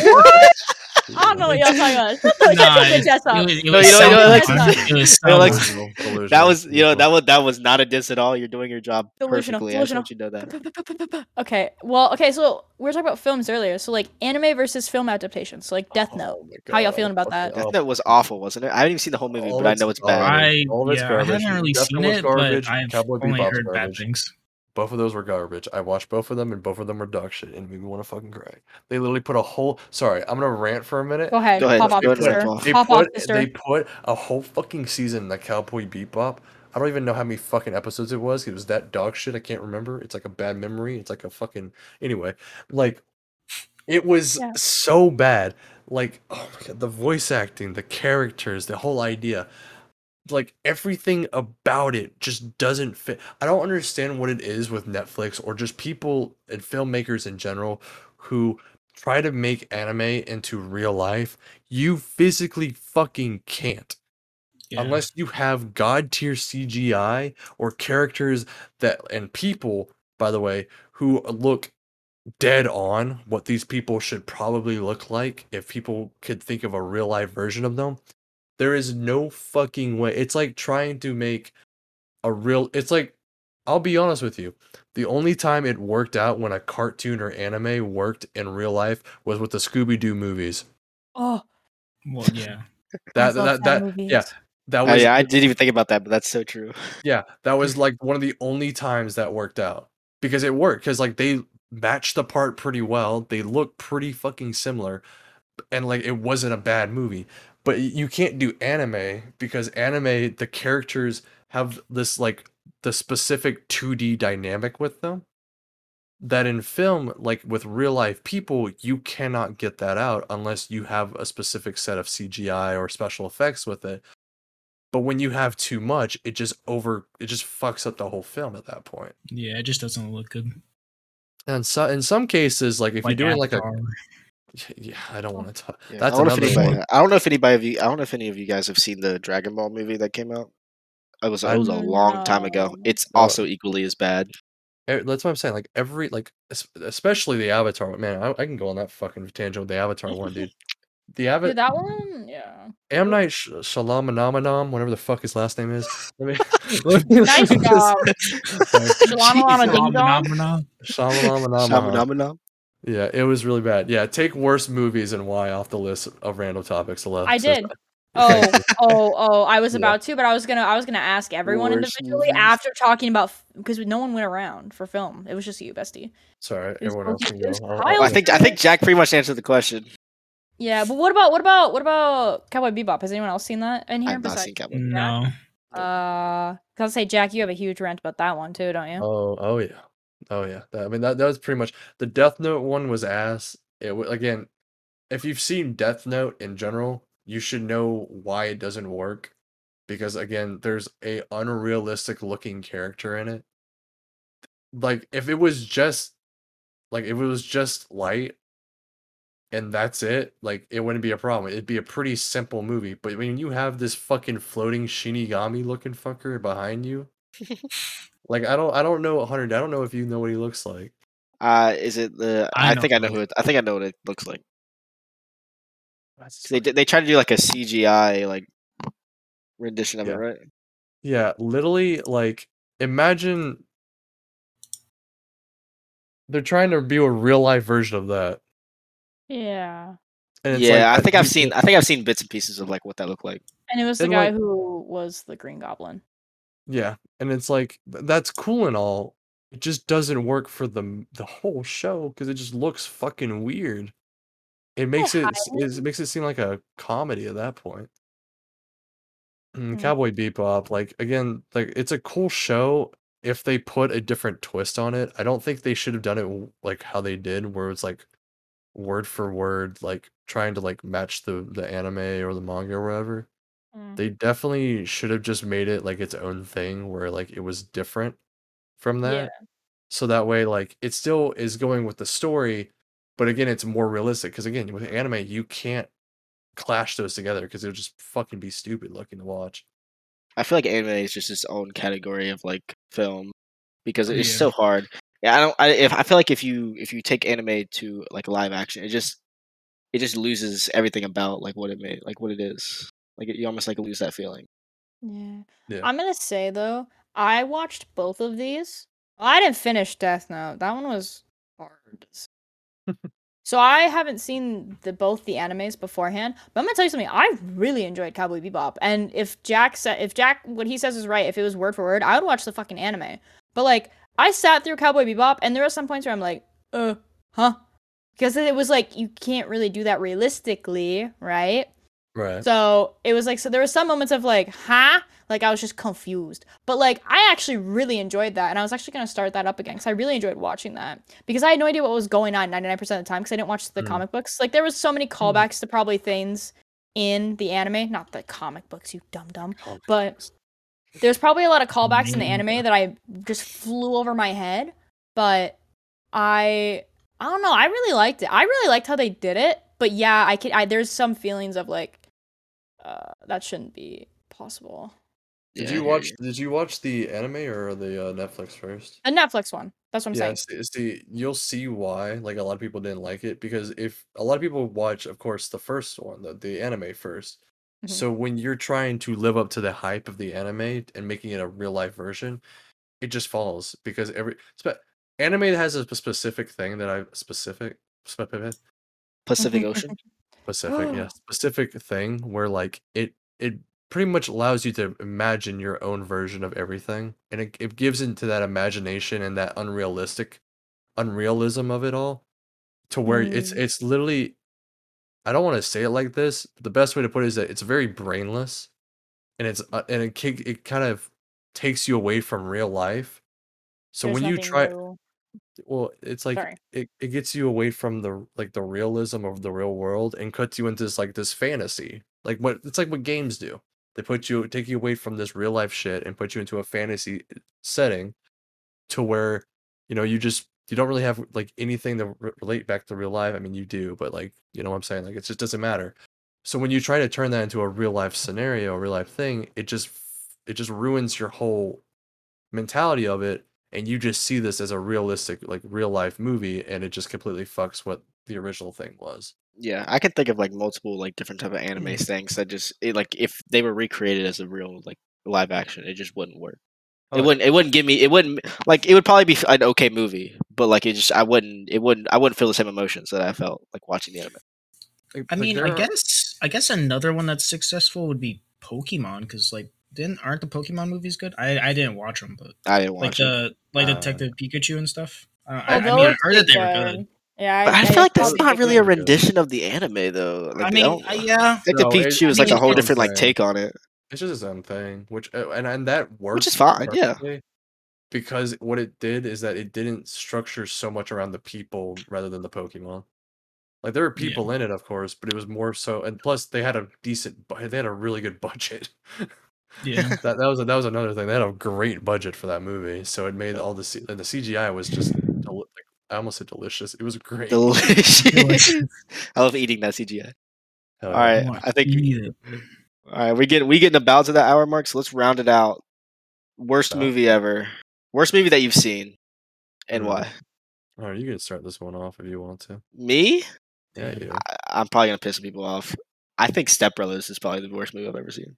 I don't know what y'all talking about. Shut the- shut Nah, your bitch ass it up. was- it No, was you know- you know, Selma. Alexis- It was you know, Selma. Alexis- Delusional, delusional, that was, you know, that delusional. was that was not a diss at all. You're doing your job Delusional, perfectly. I delusional. just want you to know that. Okay. Well, okay. So we were talking about films earlier. So like anime versus film adaptations. So like Death Oh Note. my How y'all God, feeling about that? fucking Death awful. Note was awful, wasn't it? I haven't even seen the whole movie, Oh. All but I know it's bad. I, All of it's yeah, I garbage. haven't really Death seen Note was it, garbage, but I've Cowboy only Bebop's heard bad garbage. things. Both of those were garbage. I watched both of them, and both of them were dog shit, and made me want to fucking cry. They literally put a whole. Sorry, I'm gonna rant for a minute. Go ahead. Go ahead, pop let's off, go the stir. ahead and rip off. They Pop off, put the they stir. put a whole fucking season in the Cowboy Bebop. I don't even know how many fucking episodes it was. It was that dog shit. I can't remember. It's like a bad memory. It's like a fucking anyway. Like it was Yeah. so bad. Like oh my god, the voice acting, the characters, the whole idea. Like everything about it just doesn't fit. I don't understand what it is with Netflix or just people and filmmakers in general who try to make anime into real life you physically fucking can't Yeah. unless you have god tier CGI or characters that and people, by the way, who look dead on what these people should probably look like if people could think of a real life version of them. There is no fucking way. It's like trying to make a real it's like I'll be honest with you. The only time it worked out when a cartoon or anime worked in real life was with the Scooby Doo movies. Oh, well, yeah. That that that, yeah. That Oh, was yeah, I didn't even think about that, but that's so true. Yeah, that was like one of the only times that worked out because it worked because like they matched the part pretty well. They look pretty fucking similar, b- and like it wasn't a bad movie. But y- you can't do anime because anime the characters have this like the specific 2D dynamic with them that in film like with real life people you cannot get that out unless you have a specific set of CGI or special effects with it but when you have too much it just over it just fucks up the whole film at that point Yeah, it just doesn't look good. and so in some cases like if Like you're doing like a Avatar. yeah i don't want to talk Yeah, That's I wonder if another anybody- one. I don't know if anybody of you. I don't know if any of you guys have seen the Dragon Ball movie that came out. It was, it I- was a long time ago. Mm, No. It's Oh. also equally as bad. Eh, that's what i'm saying like every like es- especially the avatar one- man i, I can go on that fucking tangent with the avatar one dude the avatar dude, that one. Yeah. am night Sh- Shyamalan, whatever the fuck his last name is let me, let me Nice job. Shalamalama Jesus. Ding Dong. Phenomenon. Shyamalan. Shamanamanom? yeah it was really bad yeah take worst movies and why off the list of random topics Alexis. I did. Oh, Okay. oh, oh! I was Yeah. about to, but I was gonna, I was gonna ask everyone Worst individually movies. after talking about because no one went around for film. It was just you, bestie. sorry It was everyone else can fucking- it go was I'll- Kyle. Well, I think I think Jack pretty much answered the question. Yeah, but what about what about what about Cowboy Bebop? Has anyone else seen that in here? I've not besides- seen Cowboy. No. Uh, cause I'll say, Jack, you have a huge rant about that one too, don't you? Oh, oh yeah, oh yeah. That- I mean, that that was pretty much the Death Note one was ass. It wa- again, if you've seen Death Note in general, you should know why it doesn't work, because again, there's a unrealistic looking character in it. Like if it was just, like if it was just light, and that's it, like it wouldn't be a problem. It'd be a pretty simple movie. But when you have this fucking floating Shinigami looking fucker behind you. Like I don't I don't know hundred. I don't know if you know what he looks like. Uh, is it the? I I, know think I know who who it. I think I know what it looks like. 'Cause They did- they tried to do like a CGI like rendition of Yeah. it, right? Yeah, literally like imagine they're trying to do a real life version of that. Yeah, And it's yeah, like, I think you I've can't- seen. I think I've seen bits and pieces of like what that looked like. and it was the And, guy like- who was the Green Goblin. Yeah, and it's like th- that's cool and all. It just doesn't work for the m- the whole show because it just looks fucking weird. It makes it s- hiding. is- it makes it seem like a comedy at that point. Mm, Mm. Cowboy Bebop, like again, like it's a cool show if they put a different twist on it. I don't think they should have done it w- like how they did, where it's like word for word, like trying to like match the the anime or the manga or whatever. Mm. They definitely should have just made it like its own thing, where like it was different from Yeah. that. So that way, like it still is going with the story, but again, it's more realistic. Because again, with anime, you can't clash those together because it'll just fucking be stupid looking to watch. I feel like anime is just its own category of like film because it's Yeah. so hard. Yeah, I don't. I if I feel like if you if you take anime to like live action, it just it just loses everything about like what it made, like what it is. Like you almost like lose that feeling. Yeah. Yeah. I'm gonna say though, I watched both of these. I didn't finish Death Note. That one was hard. so I haven't seen the both the animes beforehand, but I'm gonna tell you something. I really enjoyed Cowboy Bebop, and if Jack said, if Jack what he says is right, if it was word for word, I would watch the fucking anime. But like, I sat through Cowboy Bebop, and there are some points where I'm like, uh, huh, because it was like you can't really do that realistically, right? Right. So it was like, so there were some moments of like, huh? Like I was just confused. But like, I actually really enjoyed that. And I was actually going to start that up again because I really enjoyed watching that because I had no idea what was going on 99% of the time because I didn't watch the Mm. comic books. Like there was so many callbacks to probably things in the anime, not the comic books, you dumb dumb. But there's probably a lot of callbacks in the anime Manga. that I just flew over my head, but I I don't know. I really liked it. I really liked how they did it, but yeah, I can. I, there's some feelings of like uh, that shouldn't be possible. Did Yeah, I you hear watch? Did you watch the anime or the uh, Netflix first? A Netflix one. That's what I'm Yeah, saying. it's, it's the you'll see why like a lot of people didn't like it because if a lot of people watch, of course, the first one, the, the anime 1st Mhm. So when you're trying to live up to the hype of the anime and making it a real life version, it just falls because every spe- anime has a p- specific thing that I specific specific Pacific Ocean. specific Oh. yeah specific thing where like it it pretty much allows you to imagine your own version of everything and it, it gives into that imagination and that unrealistic unrealism of it all to where it's Mm. it's literally i don't want to say it like this but the best way to put it is that it's very brainless and it's uh, and it, ki- it kind of takes you away from real life so There's when you nothing try real- well it's like Sorry. it, it gets you away from the like the realism of the real world and cuts you into this like this fantasy like what it's like what games do they put you take you away from this real life shit and put you into a fantasy uh, setting to where you know you just you don't really have like anything to re- relate back to real life i mean you do but like you know what i'm saying like it just doesn't matter so when you try to turn that into a real life scenario a real life thing it just it just ruins your whole mentality of it and you just see this as a realistic like real life movie and it just completely fucks what the original thing was Yeah, I can think of like multiple like different type of anime things that just it, like if they were recreated as a real like live action, it just wouldn't work. Oh, it yeah. wouldn't. It wouldn't give me. It wouldn't like. It would probably be an okay movie, but like it just. I wouldn't. It wouldn't. I wouldn't feel the same emotions that I felt like watching the anime. Like- I like, mean, there I are- guess I guess another one that's successful would be Pokemon because like didn't aren't the Pokemon movies good? I I didn't watch them, but I didn't like watch it. the like Uh, Detective Pikachu and stuff. Uh, Oh, I, I mean, those I heard that did they were good. Yeah, But I, feel like that's probably not think really a they're good. rendition of the anime, though. Like, I they mean, don't- I, yeah, Detective No, it- Pikachu is I like a mean, whole it's- different like take on it. it's just his own thing which uh, and, and that works is fine, yeah. perfectly because what it did is that it didn't structure so much around the people rather than the pokemon like there were Yeah. people in it of course but it was more so and plus they had a decent bu- they had a really good budget yeah. that, that was that was another thing. They had a great budget for that movie, so it made all the C- and the CGI was just del- like, I almost said delicious. It was great. Delicious. I love eating that CGI. Hell All yeah. right, Wanna I think. eat it. All right, we get we getting about to the hour mark, so let's round it out. Worst About. movie ever. Worst movie that you've seen, and Mm. why? All right, you can start this one off if you want to. Me? Yeah, Damn. you. I- I'm probably gonna piss some people off. I think Step Brothers is probably the worst movie I've ever seen.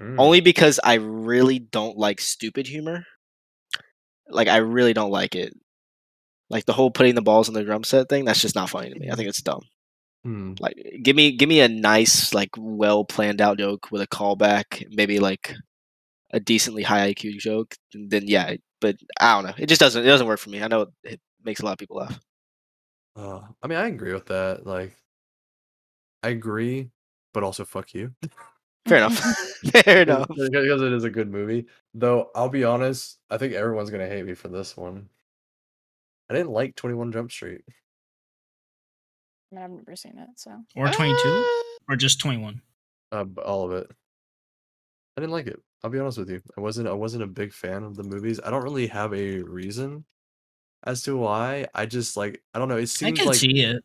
Mm. Only because I really don't like stupid humor. Like I really don't like it. Like the whole putting the balls on the drum set thing, that's just not funny to me. I think it's dumb. Hmm. Like give me give me a nice, like well planned out joke with a callback, maybe like a decently high IQ joke, and then yeah, but I don't know. It just doesn't it doesn't work for me. I know it, it makes a lot of people laugh. Uh, I mean, I agree with that. Like, I agree, but also fuck you. Fair enough. Fair enough. Because because it is a good movie. Though I'll be honest, I think everyone's gonna hate me for this one. I didn't like Twenty One Jump Street. I mean, I've never seen it, so Or 22? Or just 21? Uh, b- all of it. I didn't like it. I'll be honest with you. I wasn't. I wasn't a big fan of the movies. I don't really have a reason as to why. I just like. I don't know. It I seems can like see it.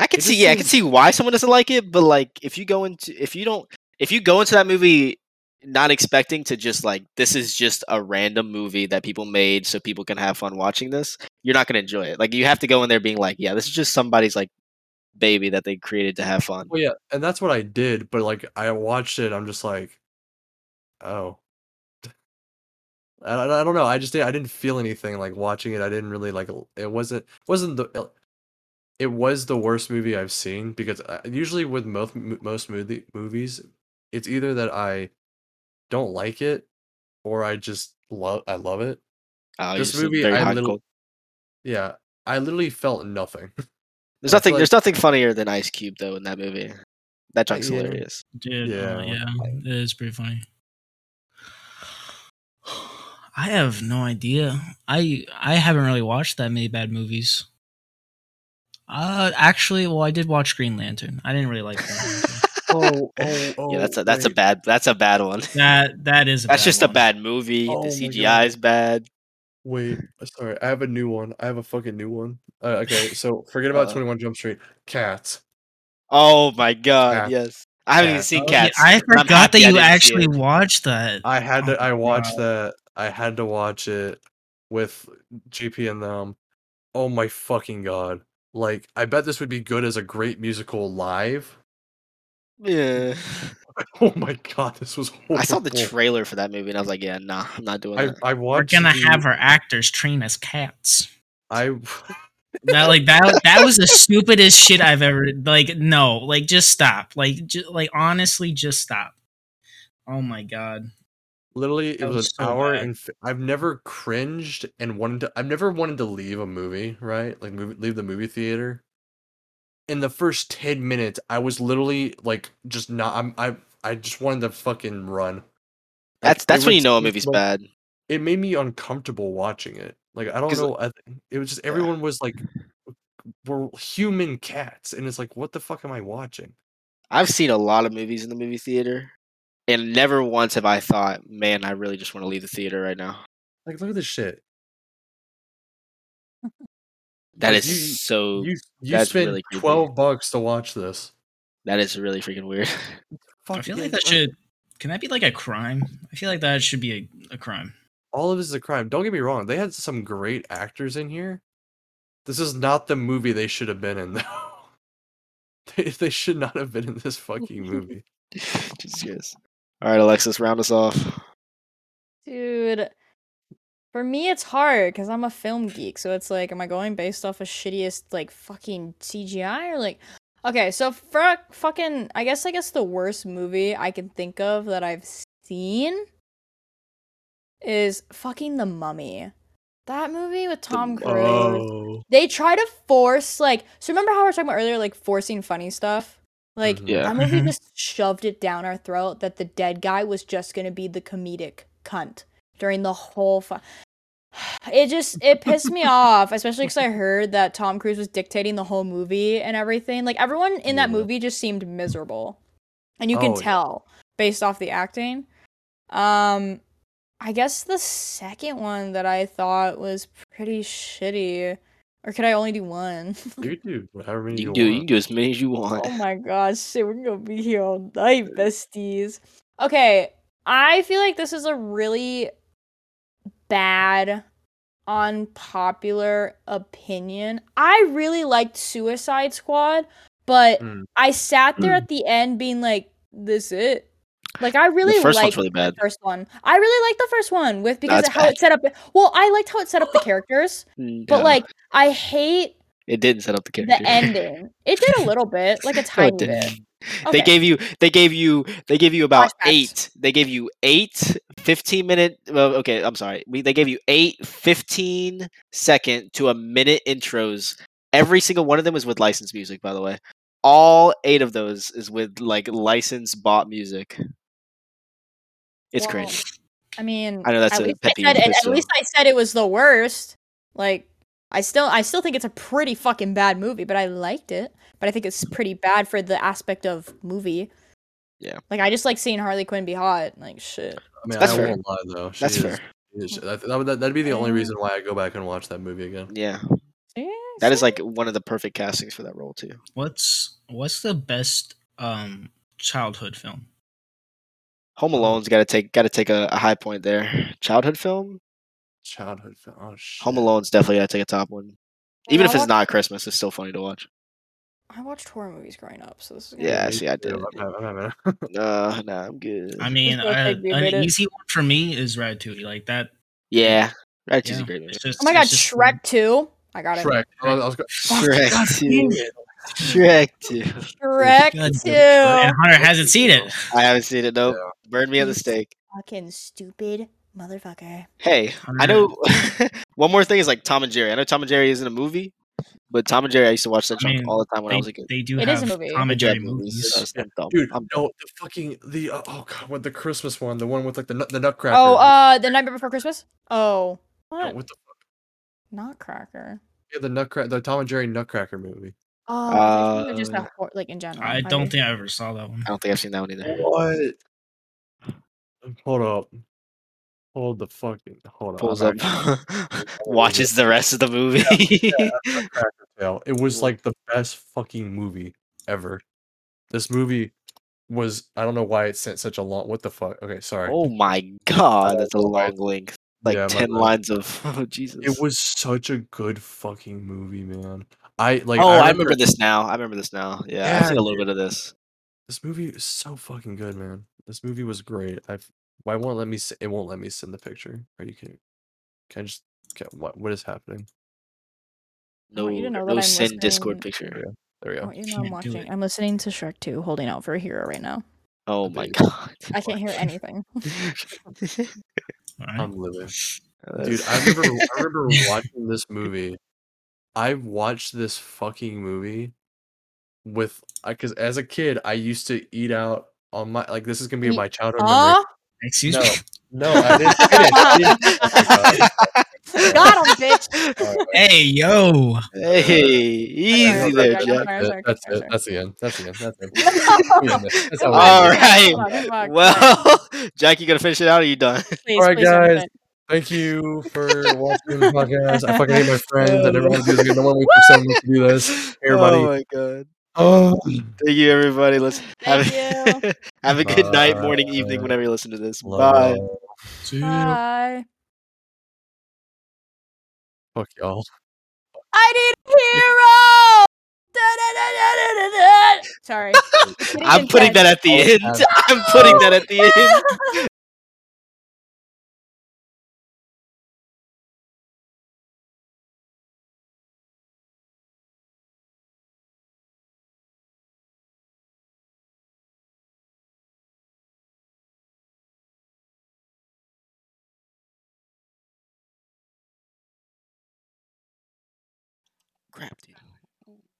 I can It see, just yeah, I can seems- see why someone doesn't like it, but like if you go into if you don't if you go into that movie not expecting to just like this is just a random movie that people made so people can have fun watching this, you're not gonna enjoy it. Like you have to go in there being like, yeah, this is just somebody's like baby that they created to have fun. Well, yeah, and that's what I did. But like, I watched it. I'm just like, oh, I, I I don't know. I just did. I didn't feel anything like watching it. I didn't really like. l- It wasn't wasn't the. uh, It was the worst movie I've seen because I, usually with most mo- most movie, movies, it's either that I don't like it or I just love I love it. Oh, you're this just a movie, very I hot little- cold- Yeah, I literally felt nothing. There's I nothing. feel There's nothing funnier than Ice Cube though in that movie. That junk's yeah. hilarious. Dude, Yeah. yeah, yeah, it is pretty funny. I have no idea. I I haven't really watched that many bad movies. Uh, actually, well, I did watch Green Lantern. I didn't really like Green Lantern. Oh, oh, yeah, that's a oh, that's a wait. bad that's a bad one. that that is a That's just a one. bad movie. Oh my the CGI is bad. Wait, uh, sorry. I have a new one. I have a fucking new one. Uh, okay, so forget about Uh-oh. 21 Jump Street. Cats. Oh my god, Cats. yes. I haven't even Cats. seen Oh, yeah, cats. I I'm forgot happy that I you didn't see actually it. watched that. I had Oh to I my watched God. that. I had to watch it with GP and them. Oh my fucking god. Like I bet this would be good as a great musical live. Yeah. Oh my god, this was horrible. I saw the trailer for that movie and I was like, yeah, nah, I'm not doing I, that. I We're watched gonna the- have our actors train as cats. I That like that that was the stupidest shit I've ever like. No, like just stop. Like just like honestly, just stop. Oh my god. literally it That was, was an so hour bad. and fi- I've never cringed and wanted to I've never wanted to leave a movie, right? Like move, leave the movie theater. In the first 10 minutes, I was literally like just not I'm I I just wanted to fucking run. Like, That's it that's when would you know a take, movie's like- bad. It made me uncomfortable watching it. Like I don't 'Cause, know I, th- it was just yeah. everyone was like we're human cats and it's like what the fuck am I watching? I've seen a lot of movies in the movie theater. And never once have I thought, man, I really just want to leave the theater right now. Like look at this shit. That Like, is you- so You you that's spent really creepy. 12 bucks to watch this. that is really freaking weird. I Fuck, feel yeah, like that like- should. Can that be like a crime? I feel like that should be a, a crime. all of this is a crime. Don't get me wrong; they had some great actors in here. This is not the movie they should have been in, though. they, they should not have been in this fucking movie. Jesus. Christ. All right, Alexis, round us off. Dude, for me it's hard because I'm a film geek, so it's like, am I going based off a shittiest like fucking CGI or like? Okay, so for fucking, I guess I guess the worst movie I can think of that I've seen is fucking The Mummy. That movie with Tom Cruise. Oh, They try to force like, so remember how we were talking about earlier, like forcing funny stuff. Like Mhm. Yeah. that movie Mhm. just shoved it down our throat that the dead guy was just gonna be the comedic cunt during the whole. Fu- it just it pissed me off, especially because I heard that Tom Cruise was dictating the whole movie and everything. Like everyone in that Yeah. movie just seemed miserable, and you Oh, can yeah. tell based off the acting. Um, I guess the second one that I thought was pretty shitty, or could I only do one? you can do whatever many You you, can do you can want. do as many as you want. Oh my gosh, shit, we're gonna be here all night, besties. Okay, I feel like this is a really bad, unpopular opinion. I really liked Suicide Squad, but Mm. I sat there Mm. at the end being like, this it. Like I really the first one's liked really bad. the first one. I really liked the first one with because it's of how it set up well, I liked how it set up the characters, but Yeah. like I hate it didn't set up the character. the ending. It did a little bit, like a No, it tiny bit. didn't. Okay. They gave you they gave you they gave you about Flashbacks. eight. They gave you eight 15 minute well, okay, I'm sorry. We, they gave you eight 15 second to a minute intros. Every single one of them is with licensed music, by the way. All eight of those is with like licensed bought music. It's Wow. cringe. I mean, I know that's at a least I pet said peeve, it- but at still. least I said it was the worst. Like, I still, I still think it's a pretty fucking bad movie, but I liked it. But I think it's pretty bad for the aspect of movie. Yeah. Like I just like seeing Harley Quinn be hot. Like shit. I mean, That's I fair. won't lie though. She That's is- fair. she is- that, that, would- that, that'd be the only Yeah. reason why I go back and watch that movie again. Yeah, that is like one of the perfect castings for that role too. What's what's the best um childhood film? Home Alone's got to take got to take a, a high point there. Childhood film. Childhood film. Oh shit. Home Alone's definitely got to take a top one. Even if it's not Christmas, it's still funny to watch. I watched horror movies growing up, so this is. Oh Yeah, me see, I too. did. I'm, I'm having a- No, no, I'm good. I mean, go I, take me, an Reddit. easy one for me is Ratatouille. Like that. yeah, Ratchet's Yeah, a great movie. it's just- Oh my god, it's just- Shrek two. I got it. Shrek. I was- I was go- Shrek God damn two. Shrek two. Shrek God two. And Hunter hasn't seen it. I haven't seen it. Nope. Yeah. Burn me at the stake. Fucking stupid motherfucker. Hey, I know. one more thing is like Tom and Jerry. I know Tom and Jerry isn't a movie, but Tom and Jerry I used to watch that I junk mean, all the time when I They, was a kid. they do It is have a movie. Tom and Yeah, Jerry movies. I was so dumb. Dude, I'm- no, the fucking the uh, oh god, what the Christmas one, the one with like the nu- the Nutcracker. Oh, uh, the Nightmare Before Christmas. Oh, No, what? what the fuck? Not Cracker. Yeah, the Nutcracker, the Tom and Jerry Nutcracker movie. Oh, I was thinking of just Uh, a hor- like in general. Um, I don't okay. think I ever saw that one. I don't think I've seen that one Oh, either. What? Hold up. Hold the fucking hold up. Pulls up, I'm actually- watches the rest of the movie. Cracker Barrel. It was like the best fucking movie ever. This movie was I don't know why it sent such a long what the fuck. Okay, sorry. oh my god, that's a long link. Like Yeah, my ten bad. lines of oh Jesus. It was such a good fucking movie, man. I like oh, I remember this now. I remember this now. Yeah, I've Yeah, seen a little bit of this. this movie is so fucking good, man. This movie was great. I've why won't let me s- it won't let me send the picture. Are you kidding? Can I just can, what what is happening? I No, want Oh, you to know that no I'm send Discord listening. picture. There we I go. want you to know Can't I'm do watching. it. I'm listening to Shrek 2, holding out for a hero right now. Oh But my you- god. I can't hear anything. All I'm right. living. Dude, I remember I remember watching this movie. I watched this fucking movie with because as a kid I used to eat out on my like this is gonna be Ye- my childhood Aw, Excuse No. me. memory. No, Oh, I didn't finish. I didn't finish. got him, bitch. Hey yo. Uh, Hey, easy sorry, there, I'm Jack. sorry, I'm sorry, That's I'm it. sorry. That's the end. That's the end. That's it. We No. end it. That's Come how on, we end it. All right. come on, come on, come on. Well, Jack, you gonna finish it out? Or are you done? Please, Alright, please don't do guys. it. Thank you for watching the podcast. I fucking hate my friends. I never want to do this again. No one week for seven weeks to do this. Oh Everybody. my god. Oh, Thank you, everybody. Let's have Thank a, have a good night, morning, Bye. evening, whenever you listen to this. Bye. Uh, love y'all. See ya. Bye. Fuck y'all. I need a hero. Da-da-da-da-da-da. Sorry. Putting I'm in putting ten. that at the Always end. have- I'm putting that at the end. Crap, dude.